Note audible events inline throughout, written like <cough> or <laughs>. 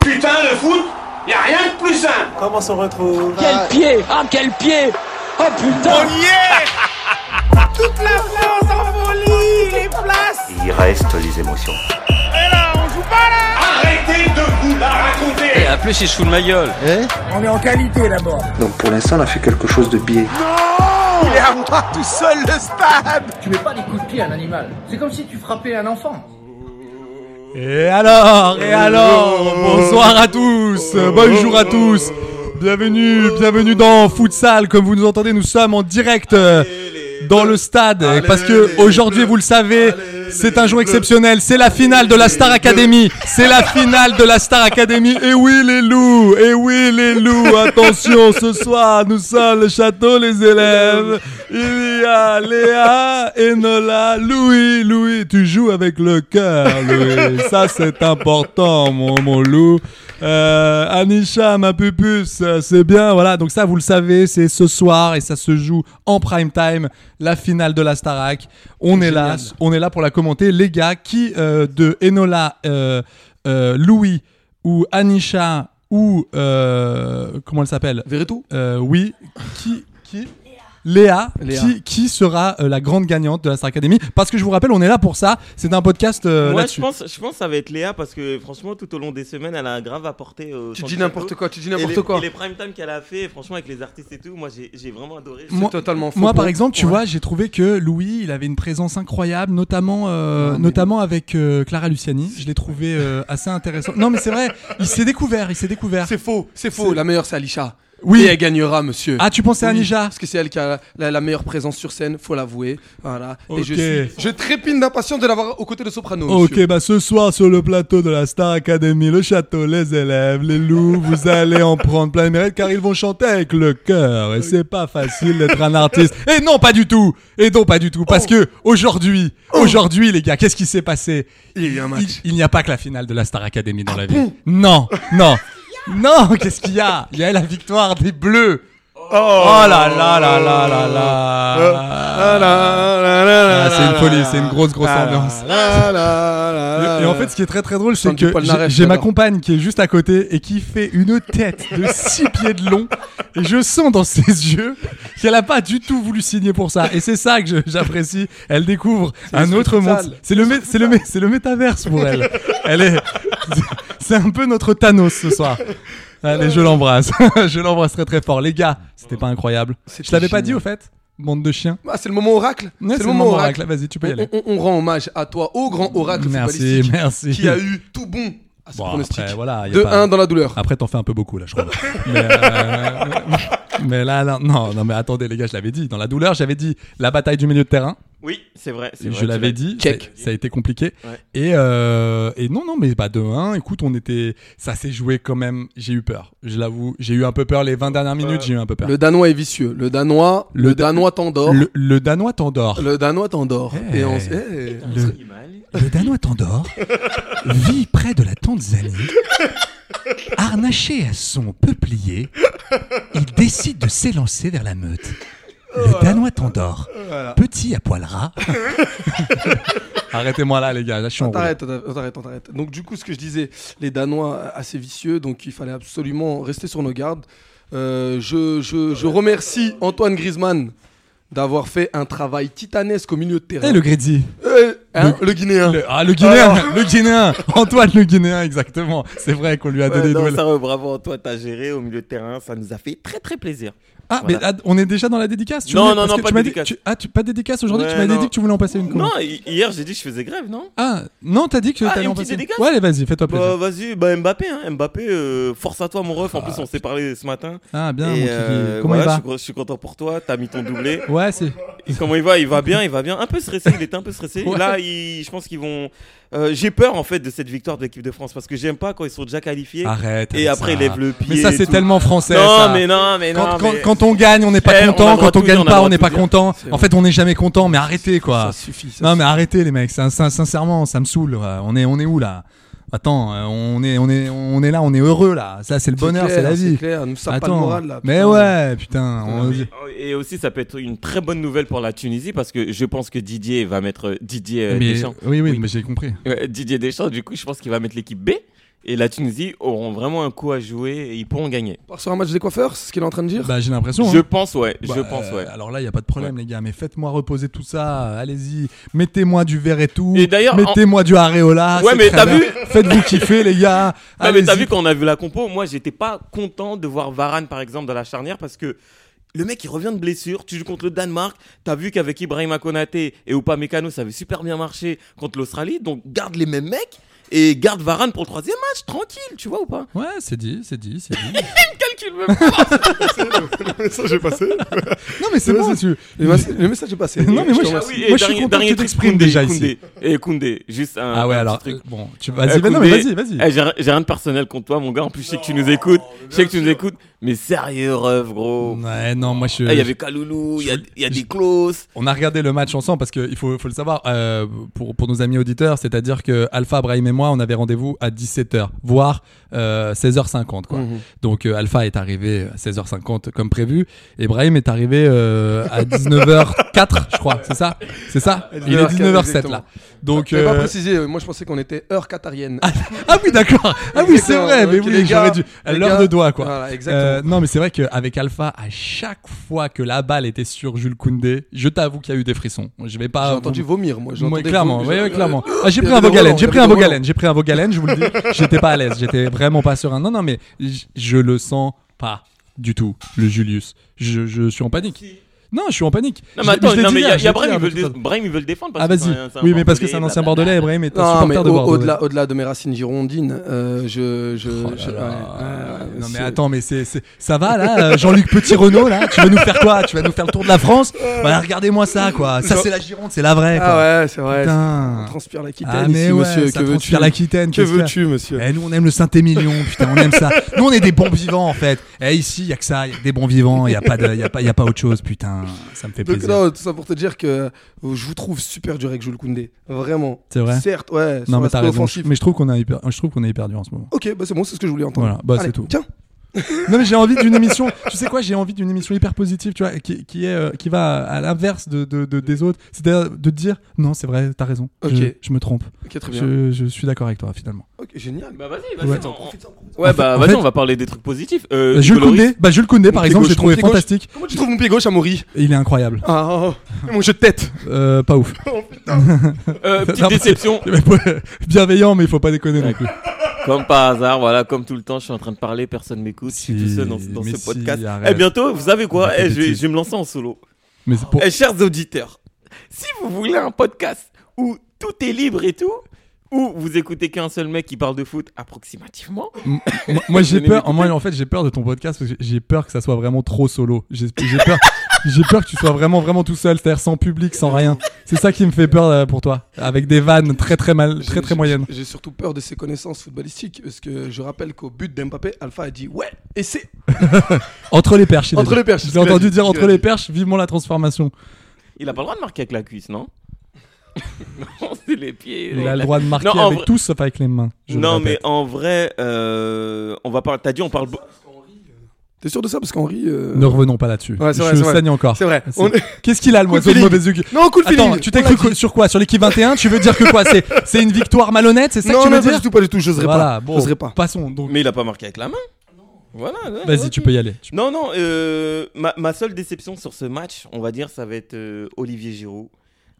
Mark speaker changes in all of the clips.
Speaker 1: Putain, le foot, y a rien de plus simple.
Speaker 2: Comment on se retrouve
Speaker 3: Quel pied Ah quel pied Oh putain
Speaker 1: On y est <laughs> Toute la France en folie, les places.
Speaker 4: Il reste les émotions.
Speaker 1: Et là, on joue pas là. Arrêtez de vous la raconter.
Speaker 5: Et en plus, il se fout de ma gueule.
Speaker 2: On est en qualité d'abord.
Speaker 6: Donc pour l'instant, on a fait quelque chose de biais.
Speaker 1: Il est à moi tout seul le stade.
Speaker 3: Tu mets pas des coups de pied à un animal. C'est comme si tu frappais un enfant.
Speaker 7: Et alors Et alors Bonsoir à tous Bonjour à tous Bienvenue, bienvenue dans Futsal. Comme vous nous entendez, nous sommes en direct euh, dans le stade. parce que aujourd'hui, vous le savez, c'est un jour exceptionnel. C'est la finale de la Star Academy. C'est la finale de la Star Academy. Et oui, les loups Et oui, les loups Attention, ce soir, nous sommes le château, les élèves. Il y a Léa, Enola, Louis. Louis, tu joues avec le cœur, Louis. Ça, c'est important, mon, mon loup. Euh, Anisha, ma pupus, euh, c'est bien. Voilà, donc ça, vous le savez, c'est ce soir et ça se joue en prime time, la finale de la Starac. On est, là, on est là pour la commenter. Les gars, qui euh, de Enola, euh, euh, Louis ou Anisha ou euh, comment elle s'appelle
Speaker 8: Veretout
Speaker 7: euh, oui. Qui, qui Léa,
Speaker 8: Léa.
Speaker 7: Qui, qui sera euh, la grande gagnante de la Star Academy Parce que je vous rappelle, on est là pour ça. C'est un podcast euh,
Speaker 9: Moi,
Speaker 7: là-dessus.
Speaker 9: je pense, je pense que ça va être Léa parce que franchement, tout au long des semaines, elle a grave apporté. euh,
Speaker 8: Tu
Speaker 9: sur
Speaker 8: dis
Speaker 9: le
Speaker 8: n'importe
Speaker 9: plateau.
Speaker 8: quoi, tu dis
Speaker 9: Et
Speaker 8: n'importe
Speaker 9: les-
Speaker 8: quoi.
Speaker 9: Et les prime time qu'elle a fait, franchement, avec les artistes et tout, moi, j'ai j'ai vraiment adoré. Je-
Speaker 7: Moi-
Speaker 8: C'est totalement faux.
Speaker 7: Moi, par
Speaker 8: Bon,
Speaker 7: exemple, tu
Speaker 8: ouais.
Speaker 7: vois, j'ai trouvé que Louis, il avait une présence incroyable, notamment, euh, notamment avec euh, Clara Luciani. Je l'ai trouvé euh, assez intéressant. Non, mais c'est vrai, il s'est découvert, il s'est découvert.
Speaker 8: C'est faux, c'est faux. La meilleure, c'est Alisha.
Speaker 7: Oui.
Speaker 8: Et elle gagnera, monsieur.
Speaker 7: Ah, tu pensais à
Speaker 8: Oui,
Speaker 7: Nija
Speaker 8: Parce que c'est elle qui a la, la meilleure présence sur scène, faut l'avouer. Voilà.
Speaker 7: Ok.
Speaker 8: Et je, suis- je trépine d'impatience de l'avoir aux côtés de Soprano.
Speaker 7: Ok,
Speaker 8: monsieur.
Speaker 7: bah ce soir sur le plateau de la Star Academy, le château, les élèves, les loups, vous
Speaker 8: <laughs>
Speaker 7: allez en prendre plein les mérites car ils vont chanter avec le cœur et c'est pas facile d'être un artiste. Et non, pas du tout. Et non, pas du tout,
Speaker 8: Oh.
Speaker 7: parce que aujourd'hui, aujourd'hui les gars, qu'est-ce qui s'est passé
Speaker 8: Il y a eu un match. Ah
Speaker 7: Il, il n'y a pas que la finale de la Star Academy dans la vie. Non,
Speaker 8: <laughs>
Speaker 7: non, non. Qu'est-ce qu'il y a Il y a la victoire des Bleus. Oh, là là là là là
Speaker 8: Oh.
Speaker 7: là. Ah, c'est une folie, c'est une grosse
Speaker 8: Ah,
Speaker 7: grosse ambiance. Et et en fait, ce qui est très très drôle, c'est
Speaker 8: Centre du
Speaker 7: que
Speaker 8: palmarès,
Speaker 7: j'ai- j'ai ma
Speaker 8: j'adore.
Speaker 7: compagne qui est juste à côté et qui fait une tête de 6 pieds de long. Et je sens dans ses yeux qu'elle a pas du tout voulu signer pour ça. Et c'est ça que je- j'apprécie. Elle découvre un autre
Speaker 8: futsal.
Speaker 7: monde. C'est le, mé- c'est le, mé- c'est le métaverse pour elle. Elle est. C'est un peu notre Thanos ce soir. Allez, je l'embrasse. je l'embrasse très très fort. Les gars, c'était pas incroyable. Je
Speaker 8: C'était
Speaker 7: t'avais pas
Speaker 8: génial.
Speaker 7: dit au fait, bande de chiens.
Speaker 8: Ah, c'est le moment oracle.
Speaker 7: Ouais, c'est le moment oracle. Vas-y, tu peux y aller.
Speaker 8: On, on- on rend hommage à toi, au grand oracle
Speaker 7: Merci,
Speaker 8: footballistique,
Speaker 7: merci.
Speaker 8: qui a eu tout bon à ce
Speaker 7: Bon,
Speaker 8: pronostic.
Speaker 7: après, voilà, y a
Speaker 8: de
Speaker 7: pas-
Speaker 8: 1 dans la douleur.
Speaker 7: Après, t'en fais un peu beaucoup, là, je crois. mais, euh, <laughs> mais là, là, non, non, mais attendez, les gars, je l'avais dit. Dans la douleur, j'avais dit la bataille du milieu de terrain.
Speaker 9: Oui, c'est vrai. c'est vrai,
Speaker 7: Je
Speaker 9: tu l'as
Speaker 7: l'avais dit.
Speaker 8: Check.
Speaker 7: Ça, ça a été compliqué.
Speaker 9: Ouais.
Speaker 7: Et, euh, et non, non, mais bah, de 1, écoute, on était. Ça s'est joué quand même. J'ai eu peur. Je l'avoue. J'ai eu un peu peur. Les 20 dernières minutes, j'ai eu un peu peur.
Speaker 8: Le Danois est vicieux. Le Danois,
Speaker 7: Le
Speaker 8: le,
Speaker 7: Da-
Speaker 8: Danois t'endort.
Speaker 7: Le, le Danois t'endort.
Speaker 8: Le Danois t'endort.
Speaker 7: Hey.
Speaker 8: Et on s- hey.
Speaker 7: Le-
Speaker 9: dit. Mal.
Speaker 7: Le Danois Tandor vit près de la Tanzanie. Harnaché à son peuplier, il décide de s'élancer vers la meute. Le Danois Tandor, petit à poil ras. <laughs> Arrêtez-moi là, les gars, là, je suis en
Speaker 8: T'arrêtes, t'arrêtes, t'arrêtes, t'arrêtes. Donc du coup, ce que je disais, les Danois euh, assez vicieux, donc il fallait absolument rester sur nos gardes. Euh, je, je- je remercie Antoine Griezmann d'avoir fait un travail titanesque au milieu de terrain.
Speaker 7: Et Eh, le Grédy
Speaker 8: Euh, hein, le... Guinéen.
Speaker 7: Le- Ah, le Guinéen Le Guinéen Antoine le Guinéen, exactement. C'est vrai qu'on lui a
Speaker 9: Ouais,
Speaker 7: donné une
Speaker 9: non,
Speaker 7: nouvelle.
Speaker 9: sérieux, bravo, toi, t'as géré au milieu de terrain. Ça nous a fait très très plaisir.
Speaker 7: Ah,
Speaker 9: Voilà.
Speaker 7: mais ah, on est déjà dans la dédicace tu
Speaker 9: Non,
Speaker 7: voulais-
Speaker 9: non,
Speaker 7: parce
Speaker 9: non,
Speaker 7: que
Speaker 9: pas
Speaker 7: tu
Speaker 9: de
Speaker 7: m'as dit-
Speaker 9: dédicace.
Speaker 7: tu- Ah, tu, pas de dédicace aujourd'hui
Speaker 9: Ouais,
Speaker 7: Tu m'avais
Speaker 9: non.
Speaker 7: dit que tu voulais en passer une
Speaker 9: Non, hi- hier, j'ai dit que je faisais grève, non
Speaker 7: Ah, non, t'as dit que
Speaker 9: Ah,
Speaker 7: t'allais
Speaker 9: une
Speaker 7: en
Speaker 9: petite
Speaker 7: passer.
Speaker 9: dédicace
Speaker 7: Ouais, allez, vas-y, fais-toi plaisir.
Speaker 9: Bah, vas-y, bah, Mbappé, hein, Mbappé, euh, force à toi, mon ref. En plus, on s'est parlé ce matin.
Speaker 7: Ah, bien,
Speaker 9: Bah,
Speaker 7: Ah, mon
Speaker 9: Et,
Speaker 7: kiki.
Speaker 9: euh,
Speaker 7: Comment
Speaker 9: voilà,
Speaker 7: il
Speaker 9: je suis- je suis content pour toi. T'as mis ton doublé.
Speaker 7: va Ouais, c'est.
Speaker 9: Et Comment il va Il va bien, il va bien. Un peu stressé, il était un peu stressé.
Speaker 7: Ouais.
Speaker 9: Là, il- je pense qu'ils vont euh, j'ai peur en fait de cette victoire de l'équipe de France parce que j'aime pas quand ils sont déjà qualifiés.
Speaker 7: Arrête.
Speaker 9: Et
Speaker 7: avec
Speaker 9: après,
Speaker 7: ça.
Speaker 9: ils lèvent le pied.
Speaker 7: Mais ça,
Speaker 9: et
Speaker 7: c'est
Speaker 9: tout.
Speaker 7: tellement français.
Speaker 9: Non,
Speaker 7: ça.
Speaker 9: mais non, mais non.
Speaker 7: Quand, quand-
Speaker 9: mais-
Speaker 7: quand on gagne, on n'est pas
Speaker 9: Eh, on
Speaker 7: content.
Speaker 9: a le droit
Speaker 7: quand on
Speaker 9: de tout
Speaker 7: gagne
Speaker 9: dire, on
Speaker 7: pas,
Speaker 9: a le
Speaker 7: on
Speaker 9: droit
Speaker 7: n'est
Speaker 9: de
Speaker 7: pas
Speaker 9: tout dire.
Speaker 7: content.
Speaker 8: C'est
Speaker 7: En fait, on n'est jamais content. Mais arrêtez, quoi.
Speaker 8: Ça suffit. ça
Speaker 7: Ah. Non, mais
Speaker 8: suffit.
Speaker 7: arrêtez, les mecs. Sin- sin- Sincèrement, ça me saoule. quoi. On est, on est où là Attends, euh, on est, on est, on est là, on est heureux là. Ça, c'est le
Speaker 8: C'est
Speaker 7: bonheur,
Speaker 8: clair,
Speaker 7: c'est la vie.
Speaker 8: clair, nous ça pas le
Speaker 7: Attends.
Speaker 8: moral là.
Speaker 7: mais
Speaker 8: putain.
Speaker 7: ouais, putain. on-
Speaker 9: oh, Et aussi, ça peut être une très bonne nouvelle pour la Tunisie parce que je pense que Didier va mettre Didier euh,
Speaker 7: Mais-
Speaker 9: Deschamps.
Speaker 7: oui, oui,
Speaker 9: Oui.
Speaker 7: mais j'ai compris.
Speaker 9: Ouais, Didier Deschamps, du coup, je pense qu'il va mettre l'équipe B et la Tunisie auront vraiment un coup à jouer et ils pourront gagner.
Speaker 8: Part Sur un match des coiffeurs, c'est ce qu'il est en train de dire.
Speaker 7: Bah, j'ai l'impression. hein.
Speaker 9: Je pense, ouais. je
Speaker 7: Bah,
Speaker 9: pense,
Speaker 7: euh,
Speaker 9: ouais.
Speaker 7: alors là, il n'y a pas de problème, les gars. Mais faites-moi reposer tout ça. euh, Allez-y. Mettez-moi du verre et tout.
Speaker 9: Et d'ailleurs, en-
Speaker 7: mettez-moi du areola.
Speaker 9: Ouais,
Speaker 7: c'est
Speaker 9: mais
Speaker 7: très
Speaker 9: t'as
Speaker 7: bien.
Speaker 9: vu
Speaker 7: Faites-vous kiffer, les gars.
Speaker 9: <laughs> Non, mais t'as
Speaker 7: Allez-y.
Speaker 9: vu quand on a vu la compo, moi j'étais pas content de voir Varane par exemple dans la charnière parce que le mec il revient de blessure, tu joues contre le Danemark, t'as vu qu'avec Ibrahima Konaté et Upamecano ça avait super bien marché contre l'Australie, donc garde les mêmes mecs et garde Varane pour le troisième match, tranquille, tu vois ou pas
Speaker 7: Ouais, c'est dit, c'est dit, c'est
Speaker 9: <laughs>
Speaker 7: dit.
Speaker 9: Calcule même pas.
Speaker 4: <laughs> Ça, j'ai passé.
Speaker 7: non, mais c'est bon. Tu...
Speaker 8: Le, mas- le message est passé.
Speaker 7: <laughs> Non, mais moi,
Speaker 8: Je te
Speaker 7: je-
Speaker 9: Ah
Speaker 8: remercie.
Speaker 9: oui,
Speaker 7: Moi,
Speaker 9: et
Speaker 7: je suis
Speaker 9: dernier-
Speaker 7: content
Speaker 9: dernier
Speaker 7: que tu
Speaker 9: truc,
Speaker 7: t'exprimes
Speaker 9: Koundé,
Speaker 7: déjà
Speaker 9: Koundé.
Speaker 7: ici.
Speaker 9: Et Koundé, juste un,
Speaker 7: Ah ouais,
Speaker 9: un
Speaker 7: alors.
Speaker 9: petit truc.
Speaker 7: euh, Bon, tu
Speaker 9: Euh,
Speaker 7: vas-y, vas- non, mais vas-y,
Speaker 9: Koundé,
Speaker 7: vas-y.
Speaker 9: eh, j'ai ri- j'ai rien de personnel contre toi, mon gars. En plus, je sais que tu nous écoutes. Je sais que tu nous écoutes. Mais sérieux, ref, gros.
Speaker 7: Ouais, non, moi, je.
Speaker 9: Ah, Il y avait Kaloulou, il y a, il y a des Klaus.
Speaker 7: On a regardé le match ensemble parce qu'il faut, faut le savoir euh, pour, pour nos amis auditeurs, c'est-à-dire que Alpha, Brahim et moi, on avait rendez-vous à 17h, voire euh, 16h50. Quoi.
Speaker 8: Mhm.
Speaker 7: Donc euh, Alpha est arrivé à 16h50 comme prévu et Brahim est arrivé euh, à 19h04, je crois. C'est ça C'est ça Il est 19h07 là. Donc,
Speaker 8: J'avais pas
Speaker 7: euh,
Speaker 8: précisé, euh, moi je pensais qu'on était heure qatarienne.
Speaker 7: <laughs> ah oui, d'accord. Ah oui, c'est vrai. Mais
Speaker 8: Exactement. Ok,
Speaker 7: oui,
Speaker 8: les
Speaker 7: j'aurais
Speaker 8: gars,
Speaker 7: dû. à
Speaker 8: les
Speaker 7: L'heure
Speaker 8: gars.
Speaker 7: de doigt, quoi.
Speaker 8: Voilà, exactement.
Speaker 7: Euh, non, mais c'est vrai qu'avec Alpha, à chaque fois que la balle était sur Jules Koundé, je t'avoue qu'il y a eu des frissons. Je vais pas.
Speaker 8: j'ai entendu
Speaker 7: vous-
Speaker 8: vomir, moi. j'ai
Speaker 7: Moi,
Speaker 8: entendu Euh,
Speaker 7: clairement,
Speaker 8: vomir.
Speaker 7: Ah, ouais, ouais, clairement. Ah, j'ai
Speaker 8: il y
Speaker 7: pris un
Speaker 8: avait des
Speaker 7: Vogalen,
Speaker 8: relents,
Speaker 7: j'ai
Speaker 8: il y
Speaker 7: pris
Speaker 8: avait
Speaker 7: un
Speaker 8: des
Speaker 7: Vogalen,
Speaker 8: relents.
Speaker 7: j'ai pris un Vogalen, je vous le dis.
Speaker 8: <laughs>
Speaker 7: J'étais pas à l'aise, j'étais vraiment pas serein. Non, non, mais j- je le sens pas du tout, le Julius. Je, je suis en panique. Non, je suis en panique.
Speaker 9: Non,
Speaker 7: Je-
Speaker 9: mais attends,
Speaker 7: je l'ai
Speaker 9: non,
Speaker 7: dit
Speaker 9: mais il y
Speaker 7: hier,
Speaker 9: a,
Speaker 7: je
Speaker 9: il y a
Speaker 7: l'ai dit hier,
Speaker 9: Brahim, il
Speaker 7: de
Speaker 9: veut
Speaker 7: toute
Speaker 9: le
Speaker 7: façon.
Speaker 9: dé- Brahim, il veut le défendre parce
Speaker 7: Ah,
Speaker 9: que c'est
Speaker 7: vas-y.
Speaker 9: un- c'est un
Speaker 7: Oui, mais parce que c'est un
Speaker 9: Bordelais,
Speaker 7: ancien
Speaker 9: blablabla.
Speaker 7: Bordelais, Ibrahim est un
Speaker 8: Non, mais
Speaker 7: supporter de
Speaker 8: au-
Speaker 7: Bordeaux.
Speaker 8: au-delà au-delà de Méracine Girondine, euh, je. je,
Speaker 7: Oh là
Speaker 8: je-
Speaker 7: là.
Speaker 8: ouais, ouais, ouais,
Speaker 7: non mais
Speaker 8: c'est-
Speaker 7: attends, mais c'est, c'est- ça va là, euh, Jean-Luc Petit Renault là, tu vas nous faire quoi Tu vas nous faire le tour de la France Bah regardez-moi ça quoi, ça c'est la Gironde, c'est la vraie. Quoi.
Speaker 8: Ah ouais, c'est vrai. c'est-
Speaker 7: Putain.
Speaker 8: On transpire l'Aquitaine
Speaker 7: Ah,
Speaker 8: ici,
Speaker 7: mais ouais,
Speaker 8: monsieur.
Speaker 7: ça
Speaker 8: que veux-tu
Speaker 7: transpire l'Aquitaine.
Speaker 4: Que
Speaker 7: qu'est-ce qu'il y a
Speaker 4: veux-tu, monsieur
Speaker 7: Eh, nous on aime le Saint-Émilion, putain, on aime ça. Nous on est des bons vivants en fait. Eh ici y a que ça, y a que des bons vivants, y a pas de, y a pas, y a pas autre chose, putain. Ça me fait
Speaker 8: Donc
Speaker 7: plaisir.
Speaker 8: non, tout ça pour te dire que euh, je vous trouve super dur avec Jules Koundé. Vraiment.
Speaker 7: C'est vrai
Speaker 8: Certes, ouais, sur
Speaker 7: non mais t'as
Speaker 8: l'aspect
Speaker 7: raison.
Speaker 8: offensif.
Speaker 7: Je- Mais je trouve qu'on a hyper, je trouve qu'on est hyper dur en ce moment.
Speaker 8: Ok, bah c'est bon, c'est ce que je voulais entendre.
Speaker 7: Voilà, bah, c'est
Speaker 8: Allez,
Speaker 7: tout.
Speaker 8: Tiens,
Speaker 7: Non mais j'ai envie d'une émission. Tu sais quoi J'ai envie d'une émission hyper positive, tu vois, qui, qui est euh, qui va à l'inverse de, de- de- des autres. C'est-à-dire de te dire non, c'est vrai, t'as raison.
Speaker 8: Ok.
Speaker 7: Je, je me trompe.
Speaker 8: ok, très bien.
Speaker 7: Je, je suis d'accord avec toi finalement.
Speaker 8: Ok, génial.
Speaker 9: Bah vas-y,
Speaker 7: Ouais.
Speaker 9: vas-y. on- Ouais,
Speaker 7: En fait-
Speaker 9: bah
Speaker 7: en
Speaker 9: vas-y,
Speaker 7: fait-
Speaker 9: on va parler des trucs positifs. Euh,
Speaker 7: Bah, Jules
Speaker 9: Nicolas Riff, <laughs>
Speaker 7: Koundé, bah Jules Koundé par
Speaker 8: pied
Speaker 7: exemple,
Speaker 8: gauche,
Speaker 7: j'ai trouvé
Speaker 8: mon pied gauche.
Speaker 7: fantastique.
Speaker 8: Comment tu trouves mon pied gauche à Maury
Speaker 7: Et Il est incroyable.
Speaker 8: Ah, oh, oh. mon jeu de tête.
Speaker 7: Euh, pas ouf. <laughs>
Speaker 9: euh,
Speaker 7: Non,
Speaker 9: petite
Speaker 7: mais-
Speaker 9: déception.
Speaker 7: Bienveillant, mais il faut pas déconner non plus.
Speaker 9: Comme par hasard, voilà, comme tout le temps, je suis en train de parler, personne m'écoute, je suis
Speaker 7: Si,
Speaker 9: tout seul dans, dans
Speaker 7: mais
Speaker 9: ce
Speaker 7: si,
Speaker 9: podcast.
Speaker 7: arrête.
Speaker 9: Eh, bientôt, vous savez quoi
Speaker 7: Arrête
Speaker 9: Eh,
Speaker 7: tes
Speaker 9: je, vais,
Speaker 7: bêtises.
Speaker 9: je vais me lancer en solo.
Speaker 7: Mais c'est pour.
Speaker 9: Eh, chers auditeurs, si vous voulez un podcast où tout est libre et tout, où vous écoutez qu'un seul mec qui parle de foot approximativement,
Speaker 7: M- moi, moi, j'ai
Speaker 9: Venez
Speaker 7: peur. Moi en fait j'ai peur de ton podcast parce que j'ai peur que ça soit vraiment trop solo. J'ai j'ai peur. <laughs> J'ai peur que tu sois vraiment vraiment tout seul, c'est-à-dire sans public, sans rien. C'est ça qui me fait peur euh, pour toi, avec des vannes très très mal, très
Speaker 8: J'ai-
Speaker 7: très
Speaker 8: j'ai-
Speaker 7: moyennes.
Speaker 8: J'ai surtout peur de ses connaissances footballistiques parce que je rappelle qu'au but d'Mbappé, Alpha a dit ouais, et c'est.
Speaker 7: Entre les perches. il a
Speaker 8: Entre
Speaker 7: dit.
Speaker 8: les perches, c'est ce
Speaker 7: J'ai
Speaker 8: qu'il a
Speaker 7: entendu
Speaker 8: dit,
Speaker 7: dire
Speaker 8: c'est ce
Speaker 7: entre
Speaker 8: qu'il a
Speaker 7: les
Speaker 8: dit.
Speaker 7: perches. Vivement la transformation.
Speaker 9: il a pas le droit de marquer avec la cuisse, non <laughs> Non, c'est les pieds.
Speaker 7: Il a
Speaker 9: la-
Speaker 7: le droit de marquer
Speaker 9: Non, en
Speaker 7: avec
Speaker 9: vrai-
Speaker 7: tout sauf avec les mains. je le
Speaker 9: Non, mais
Speaker 7: répète.
Speaker 9: en vrai, euh, on va parler. T'as dit, on parle. beau-
Speaker 8: T'es sûr de ça parce qu'Henri. euh,
Speaker 7: Ne revenons pas là-dessus.
Speaker 8: Ouais, c'est vrai,
Speaker 7: je
Speaker 8: c'est vrai.
Speaker 7: saigne encore.
Speaker 8: C'est vrai.
Speaker 7: C'est-
Speaker 8: On-
Speaker 7: Qu'est-ce qu'il a le
Speaker 8: Coup de
Speaker 7: moiseau de
Speaker 8: feeling.
Speaker 7: mauvaise hugue
Speaker 8: Non, cool feeling.
Speaker 7: Attends, tu t'es
Speaker 8: On
Speaker 7: cru
Speaker 8: l'a dit.
Speaker 7: co- sur quoi Sur l'équipe 21 Tu veux dire que quoi C'est c'est une victoire malhonnête C'est ça que
Speaker 8: Non,
Speaker 7: tu veux
Speaker 8: non, pas
Speaker 7: dire
Speaker 8: du tout, pas du tout. J'oserais
Speaker 7: Voilà,
Speaker 8: pas.
Speaker 7: bon,
Speaker 8: J'oserais pas.
Speaker 7: passons. Donc,
Speaker 9: Mais il a pas marqué avec la main. Voilà. ouais,
Speaker 7: vas-y,
Speaker 9: ok.
Speaker 7: tu peux y aller. Tu-
Speaker 9: Non, non. euh, ma, ma seule déception sur ce match, on va dire, ça va être euh, Olivier Giroud.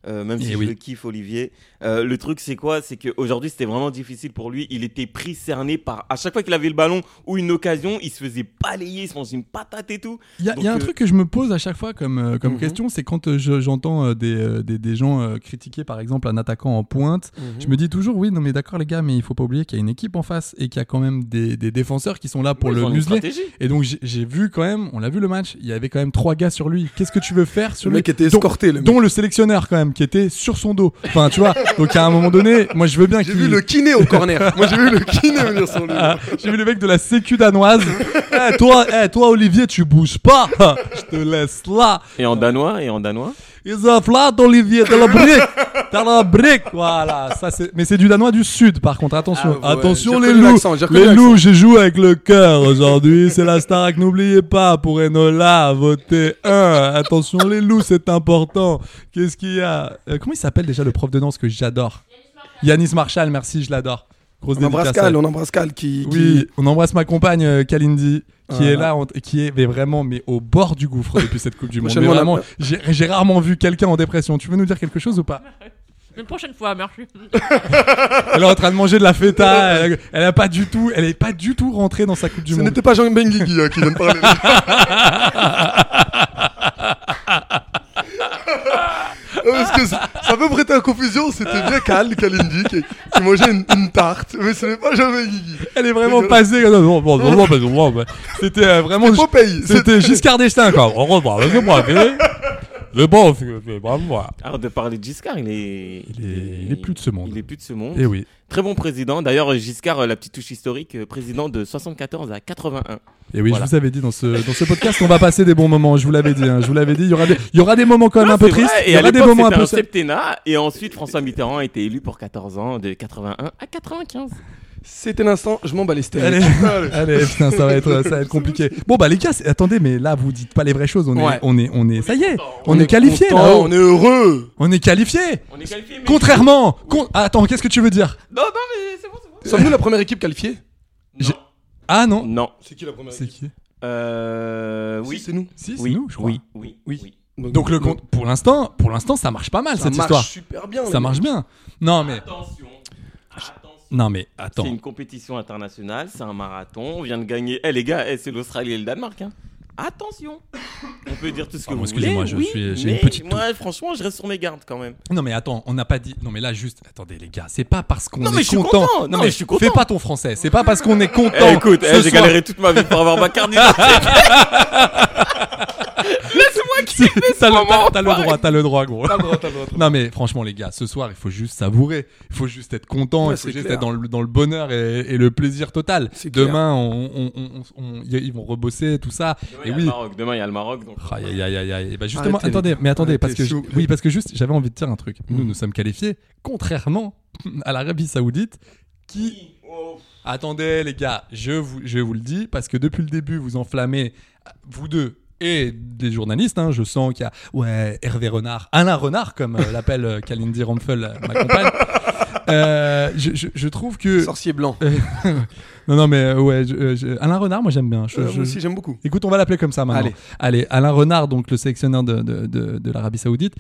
Speaker 9: Euh, même
Speaker 7: Eh
Speaker 9: si
Speaker 7: oui.
Speaker 9: je le kiffe, Olivier. Euh, le truc, c'est quoi C'est qu'aujourd'hui, c'était vraiment difficile pour lui. Il était pris, cerné par. À chaque fois qu'il avait le ballon ou une occasion, il se faisait balayer, il se mangeait une patate et tout.
Speaker 7: Il y a, il y a un
Speaker 9: Donc, euh,
Speaker 7: truc que je me pose à chaque fois comme, euh, comme
Speaker 8: Mhm.
Speaker 7: question, c'est quand euh, je- j'entends euh, des, euh, des, des gens euh, critiquer par exemple un attaquant en pointe,
Speaker 8: Mhm.
Speaker 7: je me dis toujours oui, non mais d'accord les gars, mais il faut pas oublier qu'il y a une équipe en face et qu'il y a quand même des, des défenseurs qui sont là pour
Speaker 9: ils
Speaker 7: le
Speaker 9: ont une
Speaker 7: museler.
Speaker 9: stratégie.
Speaker 7: Et donc j'ai- j'ai vu quand même, on l'a vu le match, il y avait quand même trois gars sur lui. Qu'est-ce que tu veux faire sur
Speaker 8: Le
Speaker 7: lui
Speaker 8: mec était
Speaker 7: Dont-
Speaker 8: escorté, le mec.
Speaker 7: dont le sélectionneur quand même, qui était sur son dos. Enfin, tu vois. Donc à un moment donné, moi je veux bien
Speaker 8: J'ai
Speaker 7: qu'il-
Speaker 8: vu le kiné
Speaker 7: <laughs>
Speaker 8: au corner.
Speaker 4: Moi j'ai vu le kiné venir sur lui.
Speaker 7: Ah, J'ai vu le mec de la sécu danoise. Eh, toi, eh, toi, Olivier, tu bouges pas. <laughs> Je te laisse là.
Speaker 9: Et en danois, et en danois.
Speaker 7: Ils ont flat, Olivier. T'as la brique. T'as la brique. Voilà. Ça, c'est... Mais c'est du danois du sud, par contre. Attention.
Speaker 8: Ah, ouais.
Speaker 7: Attention,
Speaker 8: J'ai
Speaker 7: les
Speaker 8: reconnu
Speaker 7: loups.
Speaker 8: l'accent, j'ai reconnu
Speaker 7: Les
Speaker 8: l'accent.
Speaker 7: loups, je joue avec le cœur aujourd'hui. C'est la Starac. N'oubliez pas, pour Enola, votez 1. Attention, les loups, c'est important. Qu'est-ce qu'il y a Euh, Comment il s'appelle déjà le prof de danse que j'adore Yanis Marshall, merci, je l'adore. Grosse
Speaker 8: On embrasse
Speaker 7: dédicace. à
Speaker 8: Cal, on embrasse Cal qui.
Speaker 7: oui, on embrasse ma compagne euh, Kalindi qui
Speaker 8: Voilà.
Speaker 7: est là, on- qui est mais vraiment mais au bord du gouffre depuis cette Coupe du Monde. Mais
Speaker 8: Prochainement,
Speaker 7: vraiment,
Speaker 8: la-
Speaker 7: j'ai j'ai rarement vu quelqu'un en dépression. Tu veux nous dire quelque chose ou pas
Speaker 5: Une prochaine fois, merci.
Speaker 7: Elle est en train de manger de la feta. Elle, a- elle a pas du tout, elle est pas du tout rentrée dans sa Coupe du
Speaker 8: Ce
Speaker 7: Monde.
Speaker 8: n'était pas Jean Benguigui hein, qui vient de
Speaker 7: <laughs>
Speaker 8: parler.
Speaker 4: Non, parce que ça, ça peut prêter à confusion, c'était bien Cal, Kalindi, qui, qui mangeait une, une tarte, mais ce n'est pas jamais
Speaker 8: Ben
Speaker 4: Guigui.
Speaker 7: Elle est vraiment passée. Non, non, non, non, non, non, non, non. C'était euh, vraiment.
Speaker 4: Popeye,
Speaker 7: C'était Giscard d'Estaing quoi. Au revoir, laissez-moi.
Speaker 8: <laughs>
Speaker 7: mais- Mais bon, c'est- mais bravo, voilà.
Speaker 9: Alors de parler de Giscard, il est,
Speaker 7: Il est- il est plus de ce monde.
Speaker 9: Il est plus de ce monde.
Speaker 7: Et oui.
Speaker 9: Très bon président. D'ailleurs, Giscard, euh, la petite touche historique, euh, président de 74 à 81.
Speaker 7: Et oui,
Speaker 9: Voilà.
Speaker 7: je vous avais dit dans ce, dans ce podcast qu'on va passer des bons moments. Je vous l'avais dit. hein, je vous l'avais dit. Il y aura des, il y aura des moments quand même un peu
Speaker 9: Ah, C'est vrai,
Speaker 7: tristes. Il
Speaker 9: Et
Speaker 7: y
Speaker 9: à
Speaker 7: aura des
Speaker 9: l'époque,
Speaker 7: moments un
Speaker 9: c'était
Speaker 7: peu.
Speaker 9: un septennat. Et ensuite, François Mitterrand a été élu pour 14 ans, de 81 à 95.
Speaker 8: C'était l'instant, je m'en bats les steaks.
Speaker 7: Allez, <laughs> allez, putain, ça va être, ça va être compliqué. Bon bah les gars, c'est- attendez, mais là vous dites pas les vraies choses. On est,
Speaker 8: Ouais.
Speaker 7: on est, on est, ça y est, on,
Speaker 8: On
Speaker 7: est,
Speaker 8: est
Speaker 7: qualifié
Speaker 8: content,
Speaker 7: là.
Speaker 8: on est heureux.
Speaker 7: On est qualifié.
Speaker 9: On est qualifié, mais...
Speaker 7: Contrairement, con- ah, attends, qu'est-ce que tu veux dire
Speaker 9: Non, non, mais c'est bon, c'est bon.
Speaker 8: Sommes-nous la première équipe qualifiée
Speaker 7: Ah non,
Speaker 9: Non.
Speaker 8: C'est qui la première
Speaker 7: c'est qui
Speaker 9: Euh... Oui.
Speaker 8: c'est nous.
Speaker 7: Si, c'est
Speaker 9: Oui.
Speaker 7: nous, je crois.
Speaker 9: Oui. Oui.
Speaker 8: Oui.
Speaker 7: Donc le compte, pour l'instant, pour l'instant, ça marche pas mal
Speaker 8: ça
Speaker 7: cette
Speaker 8: marche
Speaker 7: histoire.
Speaker 8: super bien.
Speaker 7: Ça marche bien. Non mais,
Speaker 9: Attention. Attention.
Speaker 7: non mais, attends.
Speaker 9: C'est une compétition internationale, c'est un marathon, on vient de gagner. Eh les gars, eh, c'est l'Australie et le Danemark. hein. Attention On peut dire tout ce que
Speaker 7: Pardon,
Speaker 9: vous voulez.
Speaker 7: excusez-moi, je
Speaker 9: oui,
Speaker 7: suis- j'ai une
Speaker 9: mais
Speaker 7: petite
Speaker 9: Moi, franchement, je reste sur mes gardes quand même.
Speaker 7: Non mais attends, on n'a pas dit. Non mais là juste, attendez les gars, c'est pas parce qu'on
Speaker 9: Non,
Speaker 7: est
Speaker 9: mais je suis
Speaker 7: content.
Speaker 9: content. Non, mais je suis content.
Speaker 7: Fais pas ton français. C'est pas parce qu'on est content.
Speaker 9: Eh, écoute, eh,
Speaker 7: ce
Speaker 9: j'ai
Speaker 7: soir-
Speaker 9: galéré toute ma vie pour avoir ma carte <laughs> d'identité.
Speaker 7: <laughs>
Speaker 9: Laisse-moi quitter ce
Speaker 7: T'as le,
Speaker 9: moment,
Speaker 7: t'as- t'as le
Speaker 9: pareil.
Speaker 7: droit, t'as le droit, gros.
Speaker 8: t'as le droit, t'as
Speaker 7: Non mais franchement les gars, ce soir il faut juste savourer, il faut juste être content,
Speaker 8: Ouais,
Speaker 7: il faut
Speaker 8: c'est
Speaker 7: juste
Speaker 8: clair.
Speaker 7: être dans le, dans le bonheur et, et le plaisir total.
Speaker 8: C'est clair.
Speaker 7: Demain on, on- on- on- y- ils vont rebosser tout ça.
Speaker 9: Demain,
Speaker 7: et
Speaker 9: il y a
Speaker 7: oui.
Speaker 9: le Maroc, Demain, il y a le Maroc. donc-
Speaker 7: Aïe, aïe, aïe, aïe, aïe. Et bah, justement,
Speaker 8: Arrêtez,
Speaker 7: attendez,
Speaker 8: les
Speaker 7: mais attendez,
Speaker 8: Arrêtez, Hmm.
Speaker 7: parce que,
Speaker 8: s'il
Speaker 7: je-
Speaker 8: vous plaît.
Speaker 7: oui, parce que juste, j'avais envie de dire un truc. Nous, nous sommes qualifiés, contrairement <laughs> à l'Arabie Saoudite, qui. Attendez, les gars, je vous, je vous le dis, parce que depuis le début, vous enflammez, vous deux et des journalistes, hein, je sens qu'il y a, ouais, Hervé Renard, Alain Renard, comme euh, l'appelle euh, Kalindi Ramphel, euh, ma compagne. Euh, je, je- je trouve que.
Speaker 8: Sorcier blanc.
Speaker 7: non, non, mais euh, ouais, je- euh, je- Alain Renard, moi j'aime bien. Je-
Speaker 8: Euh,
Speaker 7: je-
Speaker 8: Moi aussi, j'aime beaucoup.
Speaker 7: Écoute, on va l'appeler comme ça maintenant. Allez.
Speaker 8: Allez.
Speaker 7: Alain Renard, donc le sélectionneur de, de, de, de l'Arabie Saoudite,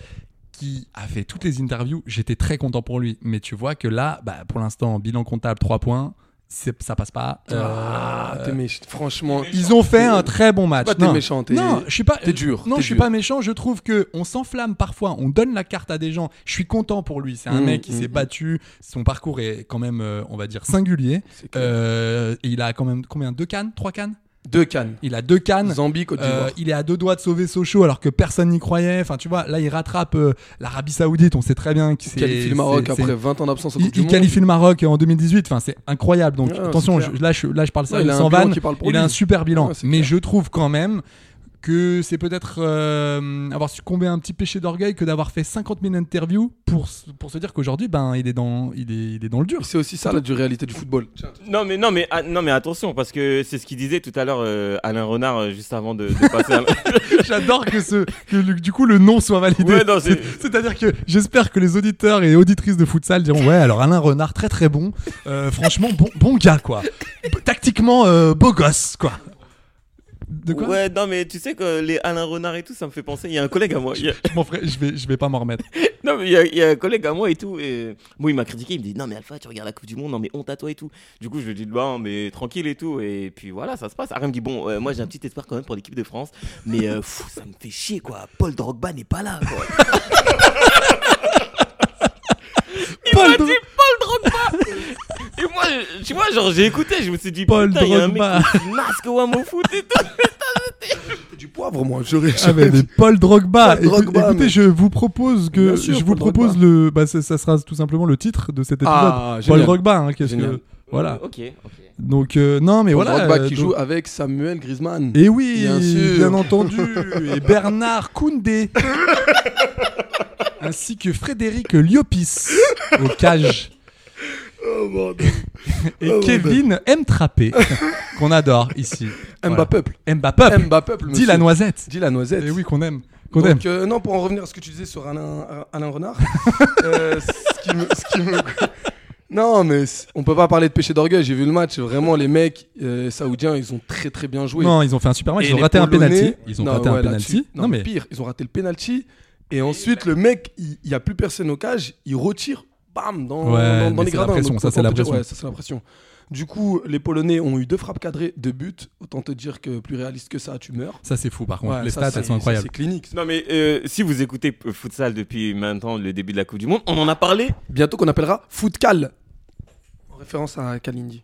Speaker 7: qui a fait toutes les interviews. J'étais très content pour lui. Mais tu vois que là, bah, pour l'instant, bilan comptable 3 points, c'est- ça passe pas. Euh,
Speaker 8: Ah, t'es méchant. Franchement,
Speaker 7: Ils ont fait un très bon match.
Speaker 8: Bah, t'es
Speaker 7: Non.
Speaker 8: méchant, t'es-
Speaker 7: Non, je suis pas.
Speaker 8: t'es dur,
Speaker 7: Non,
Speaker 8: t'es
Speaker 7: je suis
Speaker 8: dur.
Speaker 7: pas méchant. Je trouve que on s'enflamme parfois. On donne la carte à des gens. Je suis content pour lui. C'est un
Speaker 8: Mmh,
Speaker 7: mec qui
Speaker 8: mmh,
Speaker 7: s'est
Speaker 8: mmh.
Speaker 7: battu. Son parcours est quand même, euh, on va dire, singulier.
Speaker 8: C'est clair.
Speaker 7: Euh, et il a quand même combien Deux cannes Trois cannes
Speaker 8: deux cannes.
Speaker 7: Il a deux cannes.
Speaker 8: Zambie, Côte
Speaker 7: Euh,
Speaker 8: d'Ivoire.
Speaker 7: il est à deux doigts de sauver Sochaux alors que personne n'y croyait. Enfin, tu vois, là, il rattrape euh, l'Arabie Saoudite. On sait très bien qu'il
Speaker 8: Il qualifie le Maroc après 20 ans d'absence en
Speaker 7: Il,
Speaker 8: Coupe du
Speaker 7: il
Speaker 8: Monde.
Speaker 7: qualifie le Maroc en 2018. Enfin, c'est incroyable. Donc,
Speaker 8: Ah, c'est
Speaker 7: attention,
Speaker 8: clair.
Speaker 7: je- là, je, là, je parle ça
Speaker 8: Ouais, il a un
Speaker 7: sans
Speaker 8: bilan
Speaker 7: vanne.
Speaker 8: qui parle pour
Speaker 7: Il a
Speaker 8: lui.
Speaker 7: un super bilan.
Speaker 8: Ouais, c'est
Speaker 7: mais
Speaker 8: clair.
Speaker 7: je trouve quand même que c'est peut-être euh, avoir succombé à un petit péché d'orgueil que d'avoir fait 50 000 interviews pour, se- pour se dire qu'aujourd'hui, ben, il est dans, il est, il est dans le dur.
Speaker 8: C'est aussi ça la dure réalité du football.
Speaker 9: Non mais non mais ah, non mais attention parce que c'est ce qu'il disait tout à l'heure euh, Alain Renard euh, juste avant de, de passer. <laughs> À...
Speaker 7: <laughs> J'adore que ce que le- du coup le nom soit validé.
Speaker 9: Ouais, non,
Speaker 7: C'est-
Speaker 9: c'est-
Speaker 7: <laughs> C'est-à-dire que j'espère que les auditeurs et auditrices de futsal diront ouais alors Alain Renard très très bon, Euh, franchement bon bon gars quoi, B- tactiquement euh, beau gosse quoi. De quoi
Speaker 9: ouais non mais tu sais que les Alain Renard et tout ça me fait penser il y a un collègue à moi. il y a-
Speaker 7: Je m'en ferai- je vais je vais pas m'en
Speaker 8: <laughs>
Speaker 7: remettre.
Speaker 9: Non, mais il y, a- il y a un collègue à moi et tout. Et... Bon, il m'a critiqué. Il me dit Non, mais Alpha, tu regardes la Coupe du Monde, non, mais honte à toi et tout. Du coup, je lui dis Bah, mais tranquille et tout. Et puis voilà, ça se passe. Arrête me dit Bon, euh, moi, j'ai un petit espoir quand même pour l'équipe de France. Mais euh, pfff, ça me fait chier, quoi. Paul Drogba n'est pas là, quoi. Il
Speaker 7: Paul
Speaker 9: m'a dit
Speaker 7: Dro-
Speaker 9: Paul Drogba Et moi, je- tu vois, genre, j'ai écouté. Je me suis dit
Speaker 7: Paul
Speaker 9: Paul Drogba. Il y a un mec
Speaker 7: Drogba.
Speaker 9: qui se masque, ouais, mon foot et tout.
Speaker 8: Du poivre, moi. <laughs> J'aurais
Speaker 7: Ah, mais
Speaker 8: j'aurais
Speaker 7: mais
Speaker 8: dit-
Speaker 7: Paul Drogba.
Speaker 8: Paul Drogba,
Speaker 7: Écoutez,
Speaker 8: mais-
Speaker 7: je vous propose que
Speaker 8: Bien sûr,
Speaker 7: je vous
Speaker 8: Paul
Speaker 7: propose le bah, ça, ça sera tout simplement le titre de cet épisode.
Speaker 8: Ah,
Speaker 7: Paul
Speaker 8: génial.
Speaker 7: Drogba, hein, qu'est-ce
Speaker 8: Génial.
Speaker 7: que voilà.
Speaker 9: Ok, ok.
Speaker 7: Donc euh, non, mais
Speaker 8: Paul
Speaker 7: voilà.
Speaker 8: Drogba
Speaker 7: euh,
Speaker 8: qui
Speaker 7: donc-
Speaker 8: joue avec Samuel Griezmann.
Speaker 7: Et Eh oui, bien,
Speaker 8: Bien sûr.
Speaker 7: entendu. Et Bernard Koundé. ainsi que Frédéric Liopis au cage.
Speaker 8: Oh,
Speaker 7: Et Kevin M. Trappé, qu'on adore ici.
Speaker 8: Mbappé.
Speaker 7: Mbappé.
Speaker 8: Mbappé.
Speaker 7: Dit la noisette.
Speaker 8: Ah, Dis la noisette. Eh
Speaker 7: Et oui, qu'on aime. Qu'on
Speaker 8: Donc,
Speaker 7: aime.
Speaker 8: euh, non, pour en revenir à ce que tu disais sur Alain, euh, Alain Renard, <laughs> euh, ce qui me. ce qui me- <laughs> Non, mais c- on peut pas parler de péché d'orgueil. J'ai vu le match. Vraiment, les mecs euh, saoudiens, ils ont très très bien joué.
Speaker 7: Non, ils ont fait un super match.
Speaker 8: Et
Speaker 7: Ils ont
Speaker 8: les
Speaker 7: raté un
Speaker 8: Polonais-
Speaker 7: penalty. Ils ont
Speaker 8: Non,
Speaker 7: raté
Speaker 8: ouais,
Speaker 7: un
Speaker 8: là-dessus.
Speaker 7: penalty.
Speaker 8: Non,
Speaker 7: Non,
Speaker 8: mais
Speaker 7: mais
Speaker 8: pire, ils ont raté le penalty. Et ensuite, le mec, il n'y a plus personne au cage. Il retire, bam,
Speaker 7: Ouais,
Speaker 8: dans, dans- dans
Speaker 7: mais
Speaker 8: les
Speaker 7: c'est la
Speaker 8: gradins.
Speaker 7: pression,
Speaker 8: Donc,
Speaker 7: ça, c'est
Speaker 8: autant
Speaker 7: la
Speaker 8: te dire-
Speaker 7: pression.
Speaker 8: ouais, ça, c'est la pression. Du coup, les Polonais ont eu deux frappes cadrées, deux buts. Autant te dire que plus réaliste que ça, tu meurs.
Speaker 7: ça c'est fou par contre.
Speaker 8: Ouais,
Speaker 7: Les
Speaker 8: ça,
Speaker 7: stats,
Speaker 8: c'est-
Speaker 7: elles sont
Speaker 8: ça,
Speaker 7: incroyables.
Speaker 8: C'est clinique.
Speaker 9: Non mais euh, si vous écoutez euh, Futsal depuis maintenant le début de la Coupe du Monde, on en a parlé.
Speaker 8: bientôt qu'on appellera Footcal. En référence à Kalindi.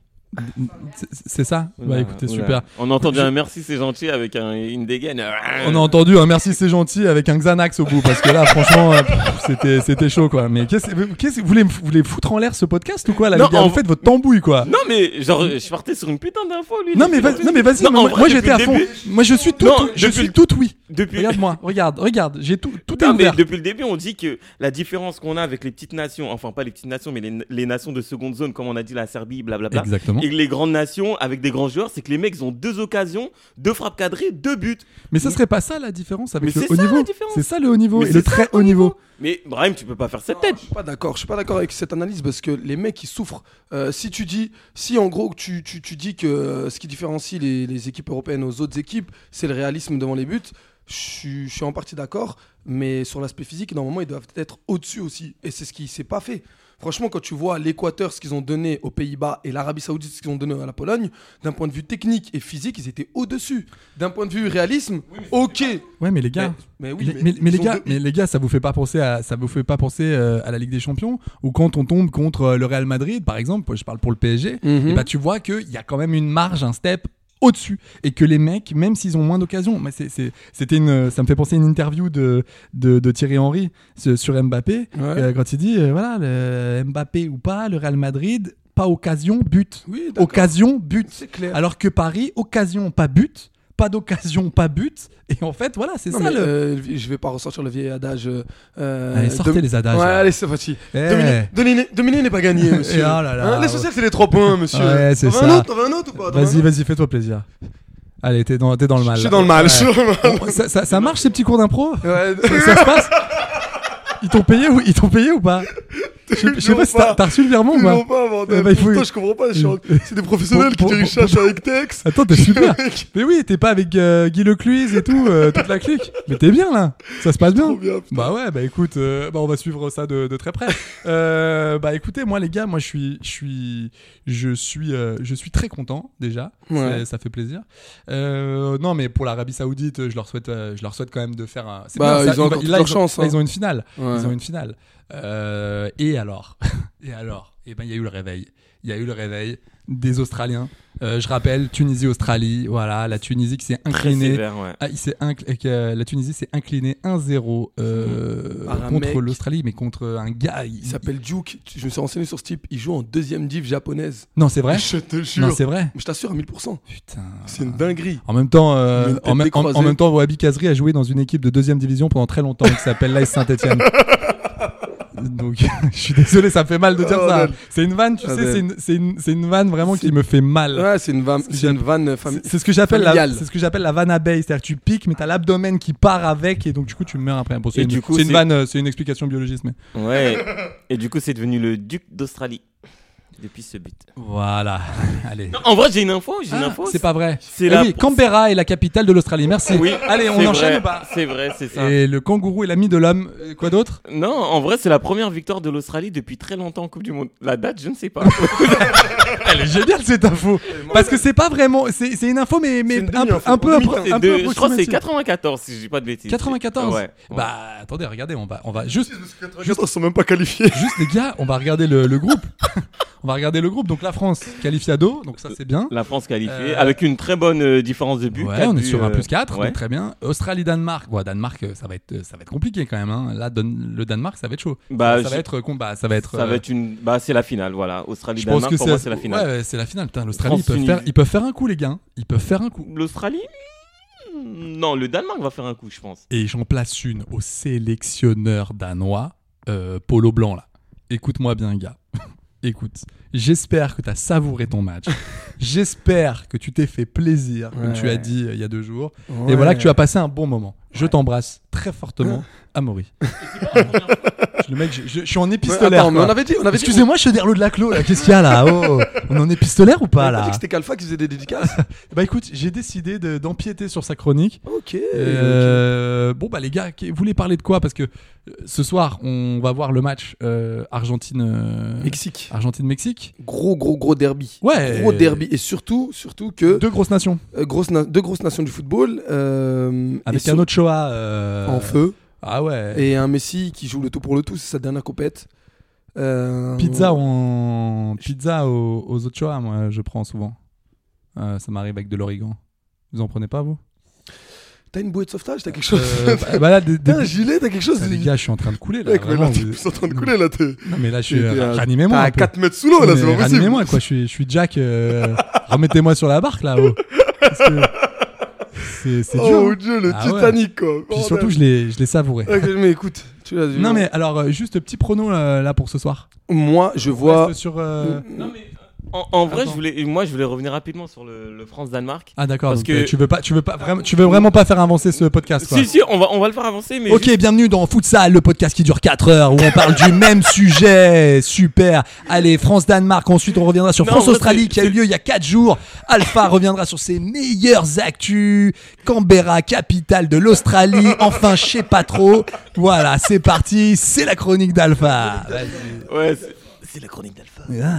Speaker 7: C'est- C'est ça Bah
Speaker 9: Oula,
Speaker 7: écoutez,
Speaker 9: oula.
Speaker 7: super.
Speaker 9: Ah, On entend bien merci c'est gentil avec un, une dégaine.
Speaker 7: On a entendu un merci c'est gentil avec un Xanax au bout parce que là franchement euh, pff, c'était c'était chaud quoi. Mais qu'est-ce qu'est-ce- vous voulez me- vous voulez foutre en l'air ce podcast ou quoi là,
Speaker 9: Non,
Speaker 7: les gars
Speaker 9: en-
Speaker 7: Vous faites votre tambouille quoi.
Speaker 9: Non mais genre je partais sur une putain d'info lui.
Speaker 7: Non mais vas- non mais vas-y,
Speaker 9: Non, en
Speaker 7: moi,
Speaker 9: vrai,
Speaker 7: moi,
Speaker 9: depuis
Speaker 7: j'étais à
Speaker 9: le
Speaker 7: fond.
Speaker 9: début-
Speaker 7: Moi je suis tout,
Speaker 9: Non,
Speaker 7: tout- je
Speaker 9: depuis-
Speaker 7: suis tout oui.
Speaker 9: Depuis
Speaker 7: Regarde-moi, regarde, regarde, j'ai tout tout est
Speaker 9: Non, mais
Speaker 7: ouvert.
Speaker 9: depuis le début, on dit que la différence qu'on a avec les petites nations, enfin pas les petites nations, mais les, les nations de seconde zone, comme on a dit la Serbie, blablabla,
Speaker 7: Exactement.
Speaker 9: et les grandes nations avec des grands joueurs, c'est que les mecs ils ont deux occasions, deux frappes cadrées, deux buts.
Speaker 7: Mais ça serait pas ça la différence avec
Speaker 9: Mais
Speaker 7: le
Speaker 9: c'est
Speaker 7: haut
Speaker 9: ça, la
Speaker 7: niveau
Speaker 9: différence.
Speaker 7: C'est ça le haut niveau
Speaker 9: Mais
Speaker 7: et
Speaker 9: c'est
Speaker 7: le
Speaker 9: ça,
Speaker 7: très
Speaker 9: le
Speaker 7: haut niveau.
Speaker 9: Mais Brahim, tu peux pas faire cette
Speaker 8: Non,
Speaker 9: tête.
Speaker 8: je suis pas d'accord. Je suis pas d'accord avec cette analyse parce que les mecs ils souffrent. Euh, si tu dis, si en gros tu, tu, tu dis que euh, ce qui différencie les, les équipes européennes aux autres équipes, c'est le réalisme devant les buts. Je suis- je suis en partie d'accord, mais sur l'aspect physique, normalement ils doivent être au-dessus aussi. Et c'est ce qui s'est pas fait. Franchement, quand tu vois l'Équateur, ce qu'ils ont donné aux Pays-Bas et l'Arabie Saoudite, ce qu'ils ont donné à la Pologne, d'un point de vue technique et physique, ils étaient au-dessus. D'un point de vue réalisme, ok.
Speaker 7: Ouais, mais les gars.
Speaker 8: Mais- mais oui,
Speaker 7: les-
Speaker 8: mais
Speaker 7: mais- mais
Speaker 8: ils
Speaker 7: les
Speaker 8: ont
Speaker 7: gars,
Speaker 8: deux-
Speaker 7: mais les gars, ça vous fait pas penser à ça vous fait pas penser euh, à la Ligue des Champions ou quand on tombe contre euh, le Real Madrid par exemple, je parle pour le PSG,
Speaker 8: Mhm.
Speaker 7: et bah tu vois que il y a quand même une marge, un step au-dessus et que les mecs même s'ils ont moins d'occasions, mais c'est- c'est- c'était une euh, ça me fait penser à une interview de de, de Thierry Henry ce- sur Mbappé euh, quand il dit euh, voilà le Mbappé ou pas le Real Madrid pas occasion but.
Speaker 8: Oui, d'accord.
Speaker 7: occasion but.
Speaker 8: C'est clair.
Speaker 7: Alors que Paris, occasion, pas but. Pas d'occasion, pas but. Et en fait, voilà, c'est
Speaker 8: Non,
Speaker 7: ça
Speaker 8: mais,
Speaker 7: le.
Speaker 8: euh, je vais pas ressortir le vieil adage. euh, euh,
Speaker 7: Allez, sortez
Speaker 8: dom-
Speaker 7: les adages,
Speaker 8: Ouais,
Speaker 7: là.
Speaker 8: allez, c'est parti.
Speaker 7: Eh.
Speaker 8: Dominer- Dominer dominer n'est pas gagné, monsieur.
Speaker 7: <laughs> Et oh là là,
Speaker 8: Hein,
Speaker 7: ouais.
Speaker 8: L'essentiel, c'est les 3 points, monsieur.
Speaker 7: Ouais, c'est
Speaker 8: T'en veux
Speaker 7: ça.
Speaker 8: un autre, t'en veux un autre ou pas T'en veux
Speaker 7: Vas-y,
Speaker 8: un autre
Speaker 7: vas-y, fais-toi plaisir. Allez, t'es dans, t'es dans le mal.
Speaker 8: Je suis
Speaker 7: là.
Speaker 8: dans le mal.
Speaker 7: Ouais.
Speaker 8: je suis dans le mal.
Speaker 7: Bon, ça, ça- ça marche ces petits cours d'impro
Speaker 8: <laughs> Ouais.
Speaker 7: ça, ça se passe Ils t'ont payé ou ils t'ont payé ou
Speaker 8: <laughs>
Speaker 7: pas Je sais- je sais
Speaker 8: Toujours
Speaker 7: pas si t'as
Speaker 8: pas.
Speaker 7: t'as reçu le virement ou
Speaker 8: Ils l'ont
Speaker 7: pas.
Speaker 8: pas, bordel.
Speaker 7: Eh ben, il faut-
Speaker 8: Pourtant, je comprends pas.
Speaker 7: <laughs>
Speaker 8: je suis en- C'est des professionnels qui
Speaker 7: Pour- pour-
Speaker 8: dirigent ça avec texte.
Speaker 7: Attends, Ah, t'es
Speaker 8: <laughs>
Speaker 7: super.
Speaker 8: Mec,
Speaker 7: Mais oui, t'es pas avec euh, Guy Lecluise et tout, euh, toute la clique. Mais t'es bien là, ça se passe bien.
Speaker 8: trop bien, putain.
Speaker 7: bah ouais, bah écoute, euh, bah on va suivre ça de, de très
Speaker 8: <laughs>
Speaker 7: près. Euh, bah écoutez, moi les gars, moi je suis, je suis, je suis, euh, je suis très content déjà.
Speaker 8: Ouais.
Speaker 7: C'est- Ça fait plaisir. Euh, non, mais pour l'Arabie Saoudite, je leur souhaite, euh, je leur souhaite quand même de faire un. c'est
Speaker 8: Bah,
Speaker 7: bien, ça,
Speaker 8: ils ont
Speaker 7: va-
Speaker 8: encore
Speaker 7: là,
Speaker 8: toute
Speaker 7: ils
Speaker 8: leur chance,
Speaker 7: là,
Speaker 8: hein.
Speaker 7: ils ont une finale.
Speaker 8: Ouais.
Speaker 7: Ils ont une finale. Euh, et alors, <laughs> et alors, et ben il y a eu le réveil. Il y a eu le réveil des Australiens. Euh, je rappelle, Tunisie-Australie, voilà, la Tunisie qui s'est
Speaker 9: Très
Speaker 7: inclinée.
Speaker 9: sévère, ouais.
Speaker 7: Ah, il s'est incl- euh, que, euh, la Tunisie s'est inclinée 1-0 euh,
Speaker 8: Par un
Speaker 7: contre
Speaker 8: mec.
Speaker 7: l'Australie, mais contre un gars. il-
Speaker 8: Il s'appelle Duke. Je me suis renseigné sur ce type. Il joue en deuxième div japonaise.
Speaker 7: Non, c'est vrai.
Speaker 8: Je te
Speaker 7: Hein Non,
Speaker 8: jure.
Speaker 7: c'est vrai.
Speaker 8: Je t'assure à 1000%.
Speaker 7: Putain.
Speaker 8: C'est une dinguerie.
Speaker 7: En même temps, euh,
Speaker 8: Il a une tête
Speaker 7: en, même- en-
Speaker 8: décroisée.
Speaker 7: en même temps, Wabi Kazri a joué dans une équipe de deuxième division pendant très longtemps qui s'appelle l'AS
Speaker 8: <laughs>
Speaker 7: Saint-Etienne. Donc, <laughs> je suis désolé, ça me fait mal de dire
Speaker 8: Oh,
Speaker 7: ça.
Speaker 8: bordel.
Speaker 7: C'est une vanne, tu sais,
Speaker 8: Bordel.
Speaker 7: c'est une, c'est une- c'est une vanne vraiment qui
Speaker 8: ben. C'est-
Speaker 7: me fait mal.
Speaker 8: Ouais, c'est une, van- c'est une vanne euh, familiale.
Speaker 7: C'est- C'est ce que j'appelle la,
Speaker 8: Familiale.
Speaker 7: c'est ce que j'appelle la vanne abeille, c'est-à-dire que tu piques mais t'as l'abdomen qui part avec et donc du coup tu meurs après. Bon, c'est
Speaker 9: Et
Speaker 7: une,
Speaker 9: du coup,
Speaker 7: c'est une
Speaker 9: c'est-
Speaker 7: vanne, euh, c'est une explication biologiste mais.
Speaker 9: <laughs> Ouais. Et du coup, c'est devenu le duc d'Australie depuis ce but.
Speaker 7: Voilà. <laughs> Allez.
Speaker 9: Non, en vrai, j'ai une info, j'ai une info.
Speaker 7: Ah, c'est pas vrai.
Speaker 9: c'est
Speaker 7: Eh
Speaker 9: la-
Speaker 7: oui, Canberra est la capitale de l'Australie. Merci.
Speaker 9: Oui.
Speaker 7: Allez, on
Speaker 9: c'est
Speaker 7: enchaîne
Speaker 9: vrai.
Speaker 7: ou pas
Speaker 9: C'est vrai, c'est ça.
Speaker 7: Et le kangourou est l'ami de l'homme. Euh, Quoi d'autre <laughs>
Speaker 9: Non, en vrai, c'est la première victoire de l'Australie depuis très longtemps en Coupe du Monde. La date, je ne sais pas.
Speaker 7: Elle est géniale cette info. Parce que c'est pas vraiment. C'est c'est une info, mais, mais
Speaker 4: une
Speaker 7: un, peu-
Speaker 4: demi-info.
Speaker 7: un peu.
Speaker 4: Oui,
Speaker 7: appro-
Speaker 9: C'est
Speaker 7: un peu
Speaker 9: de- je crois que c'est
Speaker 7: approximative.
Speaker 9: 94, si je dis pas de bêtises.
Speaker 7: 94
Speaker 9: Ouais, ouais.
Speaker 7: Bah attendez, regardez, on va, on va juste.
Speaker 4: Juste, ils sont même pas qualifiés.
Speaker 7: Juste les gars, on va regarder le, le groupe. <laughs> on va regarder le groupe. Donc la France qualifiée à dos, donc ça c'est bien.
Speaker 9: La France qualifiée,
Speaker 7: Euh,
Speaker 9: avec une très bonne euh, différence de but.
Speaker 7: Ouais,
Speaker 9: quatre
Speaker 7: on est
Speaker 9: buts,
Speaker 7: sur un
Speaker 9: euh,
Speaker 7: plus 4,
Speaker 9: ouais.
Speaker 7: donc très bien. Australie-Danemark. Ouais, Danemark, euh, ça va être, euh, ça va être compliqué quand même. hein. Là, Dan- le Danemark, ça va être chaud.
Speaker 9: Bah,
Speaker 7: ça,
Speaker 9: je-
Speaker 7: va être combat, ça va être.
Speaker 9: Ça
Speaker 7: euh,
Speaker 9: va être une. Bah, c'est la finale, voilà.
Speaker 7: Je pense
Speaker 9: Australie-Danemark,
Speaker 7: que
Speaker 9: pour moi, c'est la finale.
Speaker 7: Ouais, ouais, c'est la finale. Putain, l'Australie, ils,
Speaker 9: France,
Speaker 7: peuvent
Speaker 9: Tunisie.
Speaker 7: faire- ils peuvent faire un coup, les gars. hein. Ils peuvent faire un coup.
Speaker 9: L'Australie hmm, Non, le Danemark va faire un coup, je pense.
Speaker 7: Et j'en place une au sélectionneur danois, euh, Polo Blanc, là. Écoute-moi bien, gars. <laughs> Écoute, j'espère que tu as savouré ton
Speaker 8: <laughs>
Speaker 7: match. j'espère que tu t'es fait plaisir, comme tu as dit euh, il y a deux jours. Et voilà que tu as passé un bon moment. Je t'embrasse très fortement,
Speaker 8: <laughs>
Speaker 7: Amaury. Je- le mec, je, je- je suis en épistolaire.
Speaker 8: attends, mais
Speaker 7: quoi.
Speaker 8: on avait dit, on avait dit-
Speaker 7: Excusez-moi, je suis derrière l'eau de la clo. là. Qu'est-ce qu'il y a là Oh, On en est pistolaire ou
Speaker 8: on
Speaker 7: pas
Speaker 8: avait pas dit
Speaker 7: là
Speaker 8: que c'était Kalfa qui faisait des dédicaces.
Speaker 7: <laughs> Bah écoute, j'ai décidé de- d'empiéter sur sa chronique.
Speaker 8: ok.
Speaker 7: Euh, bon bah les gars, qu'est- vous voulez parler de quoi Parce que euh, ce soir, on va voir le match euh, Argentine euh,
Speaker 8: Mexique.
Speaker 7: Argentine Mexique.
Speaker 8: Gros, gros, gros derby.
Speaker 7: Ouais.
Speaker 8: Gros derby. Et surtout, surtout que
Speaker 7: Deux grosses nations
Speaker 8: euh, grosse na- deux grosses nations du football. euh,
Speaker 7: avec
Speaker 8: et
Speaker 7: un
Speaker 8: sur-
Speaker 7: Ochoa euh,
Speaker 8: en feu.
Speaker 7: Ah ouais.
Speaker 8: Et un Messi qui joue le tout pour le tout. C'est sa dernière compète. Euh,
Speaker 7: Pizza en pizza aux, aux Ochoa, moi je prends souvent. Euh, ça m'arrive avec de l'origan. Vous en prenez
Speaker 4: <laughs>
Speaker 7: pas vous
Speaker 8: T'as une bouée de sauvetage T'as quelque chose
Speaker 7: Euh, bah, bah là, des- des-
Speaker 8: <laughs> T'as un gilet T'as quelque chose
Speaker 7: Putain, les gars, je suis en train de couler là.
Speaker 4: Mec, mais là,
Speaker 7: vraiment,
Speaker 4: t'es
Speaker 7: vous-
Speaker 4: plus en train de couler, là, t'es.
Speaker 7: Non, mais là, je suis
Speaker 4: T'es à-
Speaker 7: euh, ranimez-moi.
Speaker 4: T'es
Speaker 7: un
Speaker 4: à
Speaker 7: peu.
Speaker 4: 4 mètres sous l'eau, Oh, là,
Speaker 7: Mais
Speaker 4: c'est pas possible.
Speaker 7: Ramenez-moi, quoi. Je suis, je suis
Speaker 4: <laughs>
Speaker 7: Jack. euh, Remettez-moi sur la barque, là-haut. Parce que C'est c'est dur.
Speaker 4: Oh
Speaker 7: hein.
Speaker 4: dieu, le
Speaker 7: Ah ouais.
Speaker 4: Titanic, quoi.
Speaker 7: Puis surtout, je l'ai je l'ai savouré.
Speaker 8: Ok, mais écoute, tu l'as vu. hein.
Speaker 7: Non, mais alors, euh, juste petit prono euh, là pour ce soir.
Speaker 8: Moi, je
Speaker 7: On
Speaker 8: vois.
Speaker 7: reste sur. euh,
Speaker 9: En, en vrai,
Speaker 7: Attends.
Speaker 9: je voulais, moi, je voulais revenir rapidement sur le, le France-Danemark.
Speaker 7: Ah, d'accord.
Speaker 9: Parce
Speaker 7: donc,
Speaker 9: que-
Speaker 7: euh, Tu veux pas, tu veux pas, vraiment, tu veux vraiment pas faire avancer ce podcast, quoi.
Speaker 9: Si, si, on va, on va le faire avancer, mais.
Speaker 7: Ok,
Speaker 9: juste-
Speaker 7: bienvenue dans Futsal, le podcast qui dure 4 heures où on parle
Speaker 9: <laughs>
Speaker 7: du même sujet. Super. Allez, France-Danemark. Ensuite, on reviendra sur
Speaker 9: Non, en
Speaker 7: France-Australie
Speaker 9: fait,
Speaker 7: qui a eu lieu il y a 4 jours.
Speaker 9: <laughs>
Speaker 7: Alpha reviendra sur ses meilleures actus. Canberra, capitale de l'Australie. Enfin, je sais pas trop. Voilà, c'est parti. C'est la chronique d'Alpha.
Speaker 9: Ouais, c'est- c'est la chronique d'Alpha.
Speaker 7: Ah,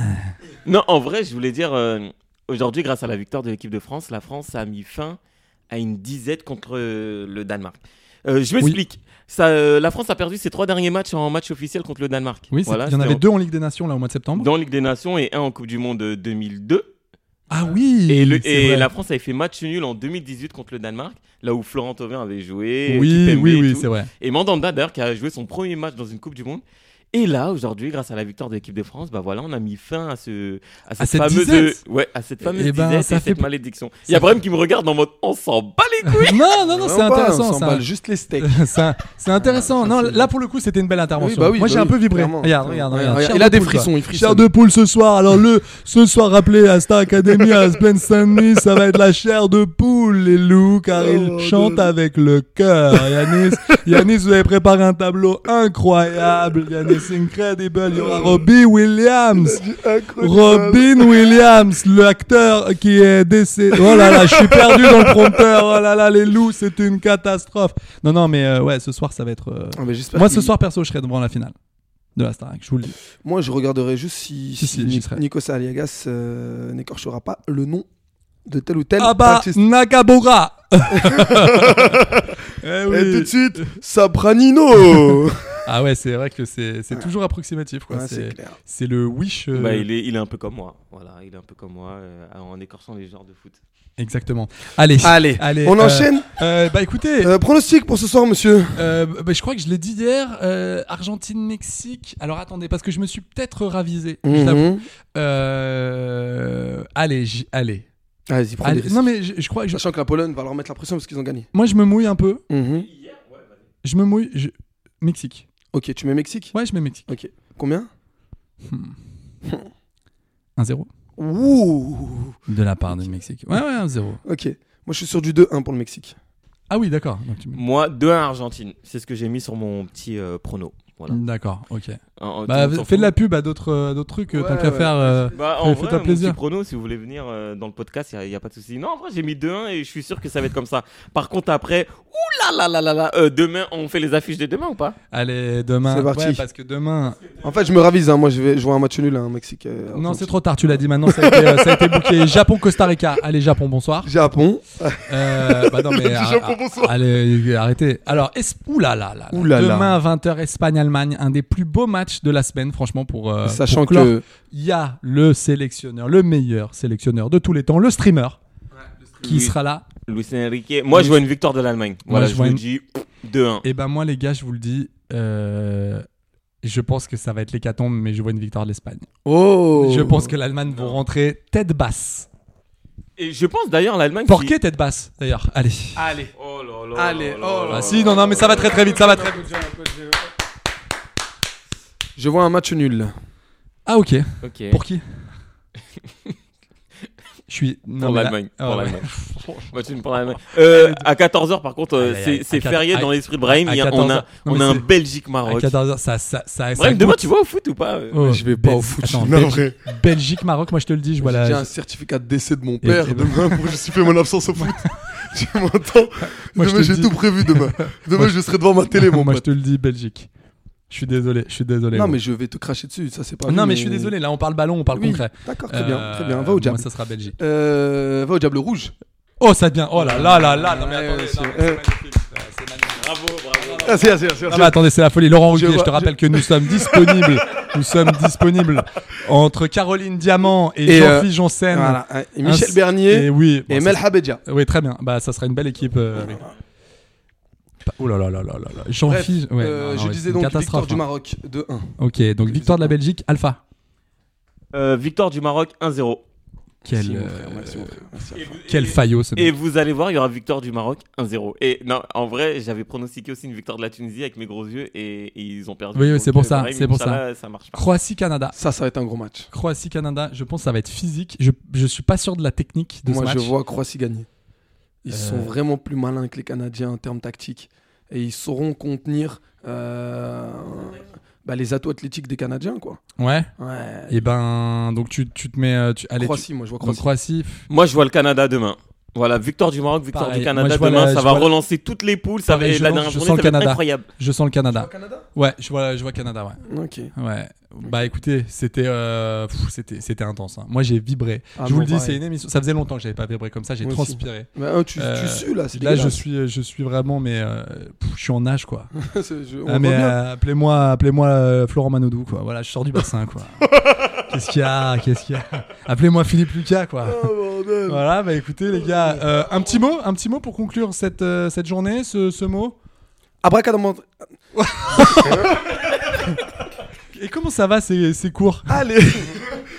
Speaker 9: Non, en vrai, je voulais dire, euh, aujourd'hui, grâce à la victoire de l'équipe de France, la France a mis fin à une disette contre euh, le Danemark. Euh, je m'explique. Ça, euh, la France a perdu ses trois derniers matchs en match officiel contre le Danemark.
Speaker 7: Oui, c'est-
Speaker 9: Voilà,
Speaker 7: il y en
Speaker 9: c'était
Speaker 7: avait deux en Ligue des Nations là au mois de
Speaker 9: en-
Speaker 7: septembre.
Speaker 9: Dans Ligue des Nations et un en Coupe du Monde euh, 2002.
Speaker 7: Ah oui.
Speaker 9: Et, le-
Speaker 7: c'est
Speaker 9: et
Speaker 7: vrai.
Speaker 9: la France avait fait match nul en 2018 contre le Danemark, là où Florent Thauvin avait joué.
Speaker 7: Oui,
Speaker 9: Kipembe
Speaker 7: oui,
Speaker 9: et
Speaker 7: oui,
Speaker 9: tout.
Speaker 7: c'est vrai.
Speaker 9: Et Mandanda, d'ailleurs, qui a joué son premier match dans une Coupe du Monde. Et là, aujourd'hui, grâce à la victoire de l'équipe de France, bah voilà, on a mis fin à ce, à cette,
Speaker 7: cette
Speaker 9: fameuse,
Speaker 7: disette.
Speaker 9: ouais, à cette fameuse
Speaker 7: Eh ben,
Speaker 9: disette
Speaker 7: ça
Speaker 9: et
Speaker 7: fait
Speaker 9: cette
Speaker 7: p-
Speaker 9: malédiction. Il y a Brahim qui me regarde en mode, on s'en bat les couilles.
Speaker 7: Non, non, non, c'est
Speaker 8: Vraiment pas, on
Speaker 7: intéressant. ça.
Speaker 8: s'emballe juste les steaks.
Speaker 7: <laughs> C'est un- c'est intéressant. Non, là pour le coup, c'était une belle intervention.
Speaker 8: Ah, Oui, bah oui,
Speaker 7: Moi,
Speaker 8: bah
Speaker 7: j'ai un
Speaker 8: oui,
Speaker 7: peu vibré.
Speaker 8: clairement.
Speaker 7: Regarde, regarde,
Speaker 8: Ouais,
Speaker 7: regarde.
Speaker 8: regarde,
Speaker 7: Chair
Speaker 8: il a
Speaker 7: de
Speaker 8: des
Speaker 7: poule,
Speaker 8: frissons,
Speaker 7: quoi.
Speaker 8: il frissonne.
Speaker 7: Chair de poule ce soir. Alors le ce soir rappelé à Star Academy à Spen Saint-Denis, ça va être la chair de poule les loups car
Speaker 8: Oh,
Speaker 7: ils chantent avec le cœur. Yanis, Yanis vous avez préparé un tableau incroyable. Yanis incredible. Il y aura Robbie Williams. Robin Williams, l'acteur qui est décédé. Oh là là, je suis perdu dans le prompteur. Oh là là, les loups, c'est une catastrophe. Non, non, mais euh, ouais, ce soir, ça va être. euh,
Speaker 8: Ah, mais j'espère
Speaker 7: Moi,
Speaker 8: qu'il-
Speaker 7: ce soir, perso, je serai devant la finale de la Starac, je vous le dis.
Speaker 8: Moi, je regarderai juste si,
Speaker 7: Si,
Speaker 8: si,
Speaker 7: si, j'y serai.
Speaker 8: Nikos Aliagas euh, n'écorchera pas le nom de tel ou tel
Speaker 7: Abba
Speaker 8: artiste. <laughs>
Speaker 7: Nakamura Eh oui.
Speaker 8: Et tout de suite, <laughs> Sabranino
Speaker 7: Ah ouais, c'est vrai que c'est c'est toujours approximatif. quoi.
Speaker 8: Ouais,
Speaker 7: C'est-
Speaker 8: C'est clair.
Speaker 7: c'est le wish. euh,
Speaker 9: Bah, il est, il est un peu comme moi. Voilà, il est un peu comme moi, euh, en écorchant les genres de foot.
Speaker 7: Exactement. Allez,
Speaker 8: Allez, on
Speaker 7: euh,
Speaker 8: enchaîne
Speaker 7: euh, Bah écoutez,
Speaker 8: Euh, Pronostic pour ce soir, monsieur
Speaker 7: Euh, bah, je crois que je l'ai dit hier, euh, Argentine-Mexique. Alors attendez, parce que je me suis peut-être ravisé. je l'avoue.
Speaker 8: Mhm.
Speaker 7: Euh, allez, j'y- allez.
Speaker 8: Vas-y, prends
Speaker 7: Allez,
Speaker 8: des risques.
Speaker 7: Non mais je, je crois que je-
Speaker 8: Sachant que la Pologne va leur mettre la pression parce qu'ils ont gagné.
Speaker 7: moi je me mouille un peu.
Speaker 8: Mhm.
Speaker 7: Je me mouille. je- Mexique.
Speaker 8: Ok, tu mets Mexique
Speaker 7: Ouais, je mets Mexique.
Speaker 8: Ok. Combien
Speaker 7: 1-0
Speaker 8: Ouh
Speaker 7: de la part du Mexique. Ouais, ouais, 1-0.
Speaker 8: Ok. Moi, je suis sur du 2-1 pour le Mexique.
Speaker 7: Ah oui, d'accord. Donc tu me-
Speaker 9: Moi, 2-1 Argentine. C'est ce que j'ai mis sur mon petit euh, prono. Voilà.
Speaker 7: D'accord, ok.
Speaker 9: En- en-
Speaker 7: Bah,
Speaker 9: on s'en
Speaker 7: fais de
Speaker 9: fout.
Speaker 7: la pub à d'autres euh, d'autres trucs euh, tant
Speaker 8: Ouais,
Speaker 7: qu'à
Speaker 8: ouais.
Speaker 7: faire. euh,
Speaker 9: Bah, en
Speaker 7: Fais-
Speaker 9: vrai,
Speaker 7: fais-toi
Speaker 9: mon
Speaker 7: plaisir.
Speaker 9: petit prono, si vous voulez venir euh, dans le podcast, il n'y a, pas de souci. Non, en vrai, j'ai mis 2-1 et je suis sûr que ça va être comme ça. Par contre, après, Ouh là là là là là. Euh, demain, on fait les affiches de demain ou pas
Speaker 7: Allez, demain.
Speaker 8: C'est parti.
Speaker 7: Ouais, parce que demain.
Speaker 8: En fait, je me ravise. hein. Moi, je vais jouer un match nul à un Mexique. euh,
Speaker 7: Non,
Speaker 8: Argentine.
Speaker 7: c'est trop tard, tu l'as dit maintenant, ça a été, euh, ça a été booké. Japon-Costa Rica. Allez, Japon, bonsoir.
Speaker 8: Japon.
Speaker 7: Euh, bah non, mais.
Speaker 4: dit
Speaker 7: ah,
Speaker 4: Japon,
Speaker 7: ah,
Speaker 4: bonsoir.
Speaker 7: Allez, euh, arrêtez. Alors, es... Ouh là là là là.
Speaker 8: Ouh là là.
Speaker 7: Demain à 20h, Espagne-Allemagne. Un des plus beaux matchs de la semaine, franchement, pour. euh,
Speaker 8: Sachant
Speaker 7: pour clore.
Speaker 8: que.
Speaker 7: Il y a le sélectionneur, le meilleur sélectionneur de tous les temps, le streamer, qui
Speaker 9: Oui.
Speaker 7: sera là.
Speaker 9: Luis Enrique. Moi, je vois une victoire de l'Allemagne. Voilà,
Speaker 7: je
Speaker 9: je,
Speaker 7: vois
Speaker 9: vous
Speaker 7: une-
Speaker 9: dis 2-1.
Speaker 7: Et ben moi, les gars, je vous le dis. euh, Je pense que ça va être l'hécatombe, mais je vois une victoire de l'Espagne.
Speaker 8: Oh
Speaker 7: Je pense que l'Allemagne vont rentrer tête basse.
Speaker 9: Et je pense d'ailleurs l'Allemagne.
Speaker 7: Porqué
Speaker 9: qui-
Speaker 7: tête basse, d'ailleurs. Allez.
Speaker 8: Allez.
Speaker 9: Oh là là.
Speaker 8: Allez,
Speaker 9: là
Speaker 8: oh là
Speaker 9: là
Speaker 7: Ah,
Speaker 9: là
Speaker 7: si,
Speaker 9: là
Speaker 7: non,
Speaker 9: là
Speaker 7: non, mais ça va très très vite, ça va très vite.
Speaker 8: Je vois un match nul.
Speaker 7: Ah, ok.
Speaker 9: Ok.
Speaker 7: Pour qui <laughs> Je suis. non,
Speaker 9: Pour
Speaker 7: mais là-
Speaker 9: l'Allemagne.
Speaker 7: Ah,
Speaker 9: Pour
Speaker 7: ouais. <laughs>
Speaker 9: l'Allemagne. Moi, tu me prends l'Allemagne. Euh, à 14h, par contre, euh,
Speaker 7: Aïe, aïe, aïe.
Speaker 9: c'est c'est
Speaker 7: À quat-
Speaker 9: férié dans
Speaker 7: à-
Speaker 9: l'esprit de Brahim.
Speaker 7: à
Speaker 9: Il y a- On
Speaker 7: 14h.
Speaker 9: a,
Speaker 7: Non,
Speaker 9: on
Speaker 7: mais
Speaker 9: a un
Speaker 7: c'est- À
Speaker 9: Belgique-Maroc.
Speaker 7: 14h, ça. ça, ça, ça
Speaker 9: Brahim, demain,
Speaker 7: goûte.
Speaker 9: tu vas au foot ou pas euh
Speaker 7: Oh,
Speaker 8: Ah, Je vais pas au
Speaker 7: Belgi-
Speaker 8: foot.
Speaker 7: Attends,
Speaker 4: Non,
Speaker 7: Belgi-
Speaker 4: vrai.
Speaker 7: Belgique-Maroc, moi je te le dis, je vois la-
Speaker 8: J'ai un certificat de décès de mon
Speaker 7: Et-
Speaker 8: père.
Speaker 7: et-
Speaker 4: Demain, pour justifier mon absence au foot.
Speaker 7: <laughs>
Speaker 4: Tu m'entends
Speaker 7: Moi, je te
Speaker 4: Demain,
Speaker 7: le
Speaker 4: j'ai
Speaker 7: dis.
Speaker 4: tout prévu
Speaker 7: <laughs>
Speaker 4: demain. Demain,
Speaker 7: Moi,
Speaker 4: je serai devant ma télé, mon
Speaker 7: <laughs> Moi je
Speaker 4: pote.
Speaker 7: te le dis, Belgique. Je suis désolé, je suis désolé.
Speaker 8: Non,
Speaker 7: gros.
Speaker 8: mais je vais te cracher dessus. Ça, c'est pas.
Speaker 7: non
Speaker 8: vu,
Speaker 7: mais je suis désolé, là on parle ballon, on parle
Speaker 8: Oui,
Speaker 7: concret.
Speaker 8: D'accord, très bien. Très
Speaker 7: Euh,
Speaker 8: bien. Va au diable.
Speaker 7: Moi ça sera Belgique.
Speaker 8: Euh, va au diable rouge.
Speaker 7: Oh ça devient, oh là là là là, non mais
Speaker 8: Ouais,
Speaker 7: attendez,
Speaker 8: c'est-
Speaker 7: non, mais
Speaker 8: euh,
Speaker 7: c'est magnifique.
Speaker 9: Bravo, bravo.
Speaker 7: Ah,
Speaker 8: Merci, merci, merci.
Speaker 7: Non, mais attendez, c'est la folie. Laurent Ruquier,
Speaker 8: Je
Speaker 7: je,
Speaker 8: vois-
Speaker 7: te rappelle que nous
Speaker 8: <laughs>
Speaker 7: sommes disponibles. nous sommes disponibles entre Caroline Diamant et,
Speaker 8: Et, euh,
Speaker 7: Jean-Philippe Janssen.
Speaker 8: Voilà. Et Michel
Speaker 7: Ainsi-
Speaker 8: Bernier
Speaker 7: Ah, Et oui. bon,
Speaker 8: et
Speaker 7: ça-
Speaker 8: Mel Habedja.
Speaker 7: Oui, très bien. Bah, ça sera une belle équipe. euh, avec- Bah, Oh là là là là là là. Jean-Philippe. ouais,
Speaker 8: Euh,
Speaker 7: non, non,
Speaker 8: je
Speaker 7: ouais, c'est
Speaker 8: disais
Speaker 7: une
Speaker 8: donc
Speaker 7: catastrophe,
Speaker 8: victoire du
Speaker 7: hein.
Speaker 8: Maroc 2-1.
Speaker 7: Ok, donc victoire de la Belgique, Alpha.
Speaker 9: Euh, victoire du Maroc 1-0.
Speaker 7: Quel,
Speaker 8: Merci, mon
Speaker 7: euh,
Speaker 8: frère, merci, mon frère, merci.
Speaker 7: quel faillot ce
Speaker 9: Et
Speaker 7: mec.
Speaker 9: vous allez voir, il y aura victoire du Maroc 1-0. Et non, en vrai, j'avais pronostiqué aussi une victoire de la Tunisie avec mes gros yeux et, et ils ont perdu.
Speaker 7: Oui, oui,
Speaker 9: Donc,
Speaker 7: c'est pour
Speaker 9: euh,
Speaker 7: ça,
Speaker 9: Brahim,
Speaker 7: c'est pour ça.
Speaker 9: Inch'Allah, Ça marche pas.
Speaker 7: Croatie-Canada.
Speaker 8: Ça, ça va être un gros match.
Speaker 7: Croatie-Canada, je pense que ça va être physique. Je, je suis pas sûr de la technique de
Speaker 8: Moi,
Speaker 7: ce match.
Speaker 8: je vois Croatie gagner. Ils sont
Speaker 7: Euh.
Speaker 8: vraiment plus malins que les Canadiens en termes tactiques. Et ils sauront contenir euh, bah, les atouts athlétiques des Canadiens. Quoi.
Speaker 7: Ouais.
Speaker 8: Ouais.
Speaker 7: Et ben, donc tu, tu te mets. euh, Tu, allez,
Speaker 8: Croatie, moi, je vois
Speaker 7: tu- donc
Speaker 8: Croatie.
Speaker 7: Croatie. pff,
Speaker 9: Moi, je vois le Canada demain. Voilà, victoire du Maroc, victoire
Speaker 7: Pareil.
Speaker 9: du
Speaker 7: Moi,
Speaker 9: Canada
Speaker 7: je vois
Speaker 9: demain.
Speaker 7: la-
Speaker 9: ça
Speaker 7: je
Speaker 9: va
Speaker 7: vois la-
Speaker 9: relancer toutes les poules. Ça va,
Speaker 7: Pareil,
Speaker 9: et
Speaker 7: je
Speaker 9: la
Speaker 7: lance-
Speaker 9: dernière
Speaker 7: je
Speaker 9: journée,
Speaker 7: sens le
Speaker 9: ça va être
Speaker 7: Canada.
Speaker 9: incroyable.
Speaker 7: Je sens le Canada.
Speaker 8: Canada
Speaker 7: Ouais, je vois, je vois Canada, ouais.
Speaker 8: Ok.
Speaker 7: Ouais. Bah écoutez, c'était euh, pff, c'était c'était intense. hein. Moi j'ai vibré.
Speaker 8: Ah
Speaker 7: je vous
Speaker 8: bon,
Speaker 7: le dis,
Speaker 8: pareil.
Speaker 7: c'est une émission. Ça faisait longtemps que j'avais pas vibré comme ça. J'ai
Speaker 8: Moi aussi.
Speaker 7: transpiré.
Speaker 8: Bah, oh, tu,
Speaker 7: Euh,
Speaker 8: tu sues là. c'est
Speaker 7: Là je
Speaker 8: dégueulasse.
Speaker 7: suis je suis vraiment mais euh, pff, je suis en nage quoi.
Speaker 8: <laughs> C'est- je- on
Speaker 7: Ah,
Speaker 8: voit
Speaker 7: mais
Speaker 8: bien.
Speaker 7: euh, appelez-moi appelez-moi euh, Florent Manodou quoi. Voilà, je sors du bassin
Speaker 8: <laughs>
Speaker 7: quoi. Qu'est-ce qu'il y a Qu'est-ce qu'il y a Appelez-moi Philippe Lucas quoi.
Speaker 8: Oh, bordel.
Speaker 7: Voilà, bah écoutez les gars, euh, un petit mot, un petit mot pour conclure cette euh, cette journée, ce, ce mot.
Speaker 8: Abracadabra.
Speaker 7: <laughs> Et comment ça va ces, ces cours
Speaker 4: Allez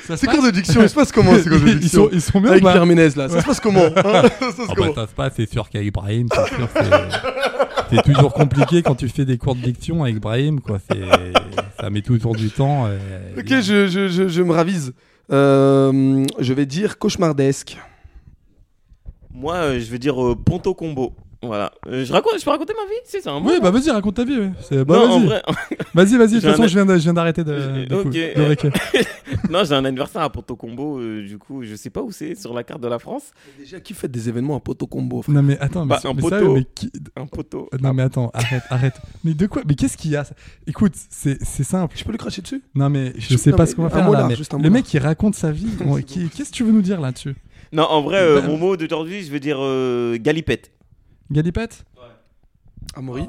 Speaker 7: Ça se
Speaker 4: C'est
Speaker 7: passe
Speaker 4: cours de diction, il se passe comment ces cours de
Speaker 7: Ah. <laughs> ils
Speaker 4: diction
Speaker 7: sont ils sont bien ou
Speaker 8: Avec
Speaker 7: pas
Speaker 8: Pierre Ménez là.
Speaker 4: Ça se passe comment hein
Speaker 7: <laughs>
Speaker 4: Ça se passe
Speaker 7: Ah bah
Speaker 4: comment
Speaker 7: t'as pas, c'est sûr qu'avec Brahim, c'est sûr c'est...
Speaker 9: <laughs>
Speaker 7: c'est toujours compliqué quand tu fais des cours de diction avec Brahim, quoi. C'est... Ça met toujours du temps. euh,
Speaker 8: <laughs> Ok, je, je- je- je me ravise. Euh, je vais dire cauchemardesque.
Speaker 9: Moi, euh, je vais dire euh, Ponto Combo. Voilà. Euh, je, raconte, je peux raconter ma vie Si, c'est un bon
Speaker 7: Oui, bah
Speaker 9: moment.
Speaker 7: vas-y, raconte ta vie. ouais. C'est... Bah,
Speaker 9: non, en
Speaker 7: vas-y.
Speaker 9: vrai, <laughs>
Speaker 7: vas-y, vas-y. De
Speaker 9: J'ai
Speaker 7: toute façon,
Speaker 9: un-
Speaker 7: je viens, de- je viens d'arrêter de,
Speaker 9: J'ai-
Speaker 7: de, cou-
Speaker 9: ok.
Speaker 7: de réquer.
Speaker 9: non, j'ai un anniversaire à Ponto Combo. euh, du coup, je sais pas où c'est sur la carte de la France.
Speaker 8: Déjà, qui fait des événements à poteau combo frère
Speaker 7: Non, mais attends, mais,
Speaker 9: Bah,
Speaker 7: c'est-
Speaker 9: un
Speaker 7: mais
Speaker 9: poteau.
Speaker 7: sérieux, mais qui-
Speaker 9: Un poteau.
Speaker 7: Non, mais attends, arrête, arrête. Mais de quoi Mais qu'est-ce qu'il y a ça Écoute, c'est, c'est simple.
Speaker 8: Je peux le cracher dessus
Speaker 7: Non, mais je
Speaker 8: Juste
Speaker 7: sais
Speaker 8: un-
Speaker 7: pas ce qu'on va
Speaker 8: un
Speaker 7: faire
Speaker 8: molar,
Speaker 7: là. mais
Speaker 8: juste un
Speaker 7: le
Speaker 8: molar.
Speaker 7: mec, il raconte sa vie. Bon, qui- Qu'est-ce que tu veux nous dire là-dessus
Speaker 9: Non, en vrai, euh,
Speaker 7: Bah.
Speaker 9: mon mot d'aujourd'hui, je vais dire euh, galipette.
Speaker 7: Galipette
Speaker 8: Amaury.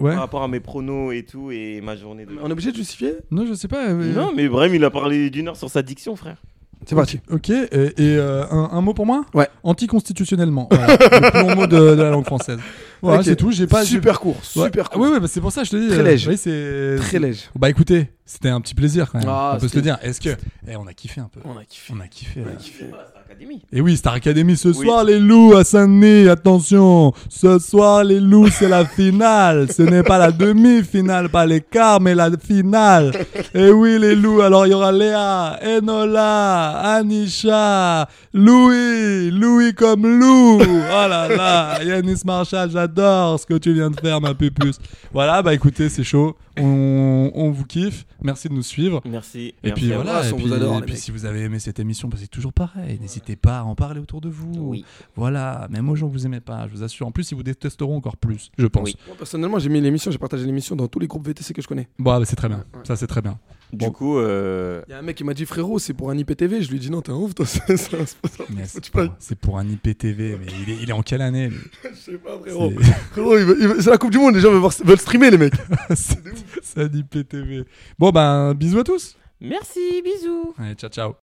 Speaker 7: Ouais.
Speaker 9: Par rapport à mes pronos et tout et ma journée de.
Speaker 8: On est obligé de justifier
Speaker 7: Non, je sais pas. euh,
Speaker 9: Non, mais Brahim, il a parlé d'une heure sur sa diction, frère.
Speaker 8: C'est parti.
Speaker 7: Ok, et, et, euh, un, un mot pour moi
Speaker 8: Ouais.
Speaker 7: Anticonstitutionnellement.
Speaker 8: <laughs>
Speaker 7: Voilà, le plus long mot de, de la langue française. Voilà,
Speaker 8: Ok.
Speaker 7: c'est tout. J'ai pas. j'ai-
Speaker 8: super court,
Speaker 7: Ouais.
Speaker 8: super court.
Speaker 7: Oui, oui, bah, c'est pour ça, je te dis.
Speaker 8: Très
Speaker 7: euh,
Speaker 8: léger.
Speaker 7: oui, c'est.
Speaker 8: Ah Très léger.
Speaker 7: Bah écoutez, c'était un petit plaisir quand même.
Speaker 8: Ah,
Speaker 7: on peut se
Speaker 8: c'était-
Speaker 7: le dire. Est-ce que. Eh, on a kiffé un peu.
Speaker 8: On a kiffé.
Speaker 7: On a kiffé. là.
Speaker 9: Académie.
Speaker 7: Et oui, Star Academy ce
Speaker 9: Oui.
Speaker 7: soir, les loups à Saint-Denis. Attention, ce soir, les loups, c'est la finale. Ce n'est pas la demi-finale, pas les quarts, mais la finale. Et oui, les loups, alors il y aura Léa, Enola, Anisha, Louis, Louis comme loup. Oh là là, Yanis Marshall, j'adore ce que tu viens de faire, ma pupuce. Voilà, bah écoutez, c'est chaud. On, on vous kiffe. Merci de nous suivre.
Speaker 9: Merci.
Speaker 7: Et puis
Speaker 9: merci à vous.
Speaker 7: voilà, et
Speaker 8: on
Speaker 7: puis,
Speaker 8: vous adore,
Speaker 7: et
Speaker 8: les
Speaker 7: puis
Speaker 8: mecs.
Speaker 7: si vous avez aimé cette émission, bah, c'est toujours pareil. N'hésitez pas à en parler autour de vous.
Speaker 9: Oui.
Speaker 7: Voilà, même aux gens que vous aimez pas, je vous assure. En plus, ils vous détesteront encore plus, je pense.
Speaker 9: Oui.
Speaker 8: Moi, personnellement, j'ai mis l'émission, j'ai partagé l'émission dans tous les groupes VTC que je connais.
Speaker 7: Bon, ah, bah, c'est très bien. Ça, c'est très bien.
Speaker 9: Du coup, euh,
Speaker 8: Il y a un mec qui m'a dit frérot, c'est pour un IPTV. Je lui ai dit non, t'es un ouf, toi. <laughs> c'est- c'est un- c'est pas-
Speaker 7: Mais
Speaker 8: tu
Speaker 7: c'est
Speaker 8: parles-
Speaker 7: pour, c'est pour un IPTV, mais il est, il est en quelle année lui
Speaker 8: Je sais pas, <laughs> frérot.
Speaker 7: C'est-
Speaker 4: Frérot, il veut- il veut- c'est la Coupe du Monde, les gens veulent, voir- veulent streamer, les mecs.
Speaker 7: C'est <laughs> c'est un IPTV. Bon, ben, bisous à tous.
Speaker 9: merci, bisous.
Speaker 7: Allez, ciao, ciao.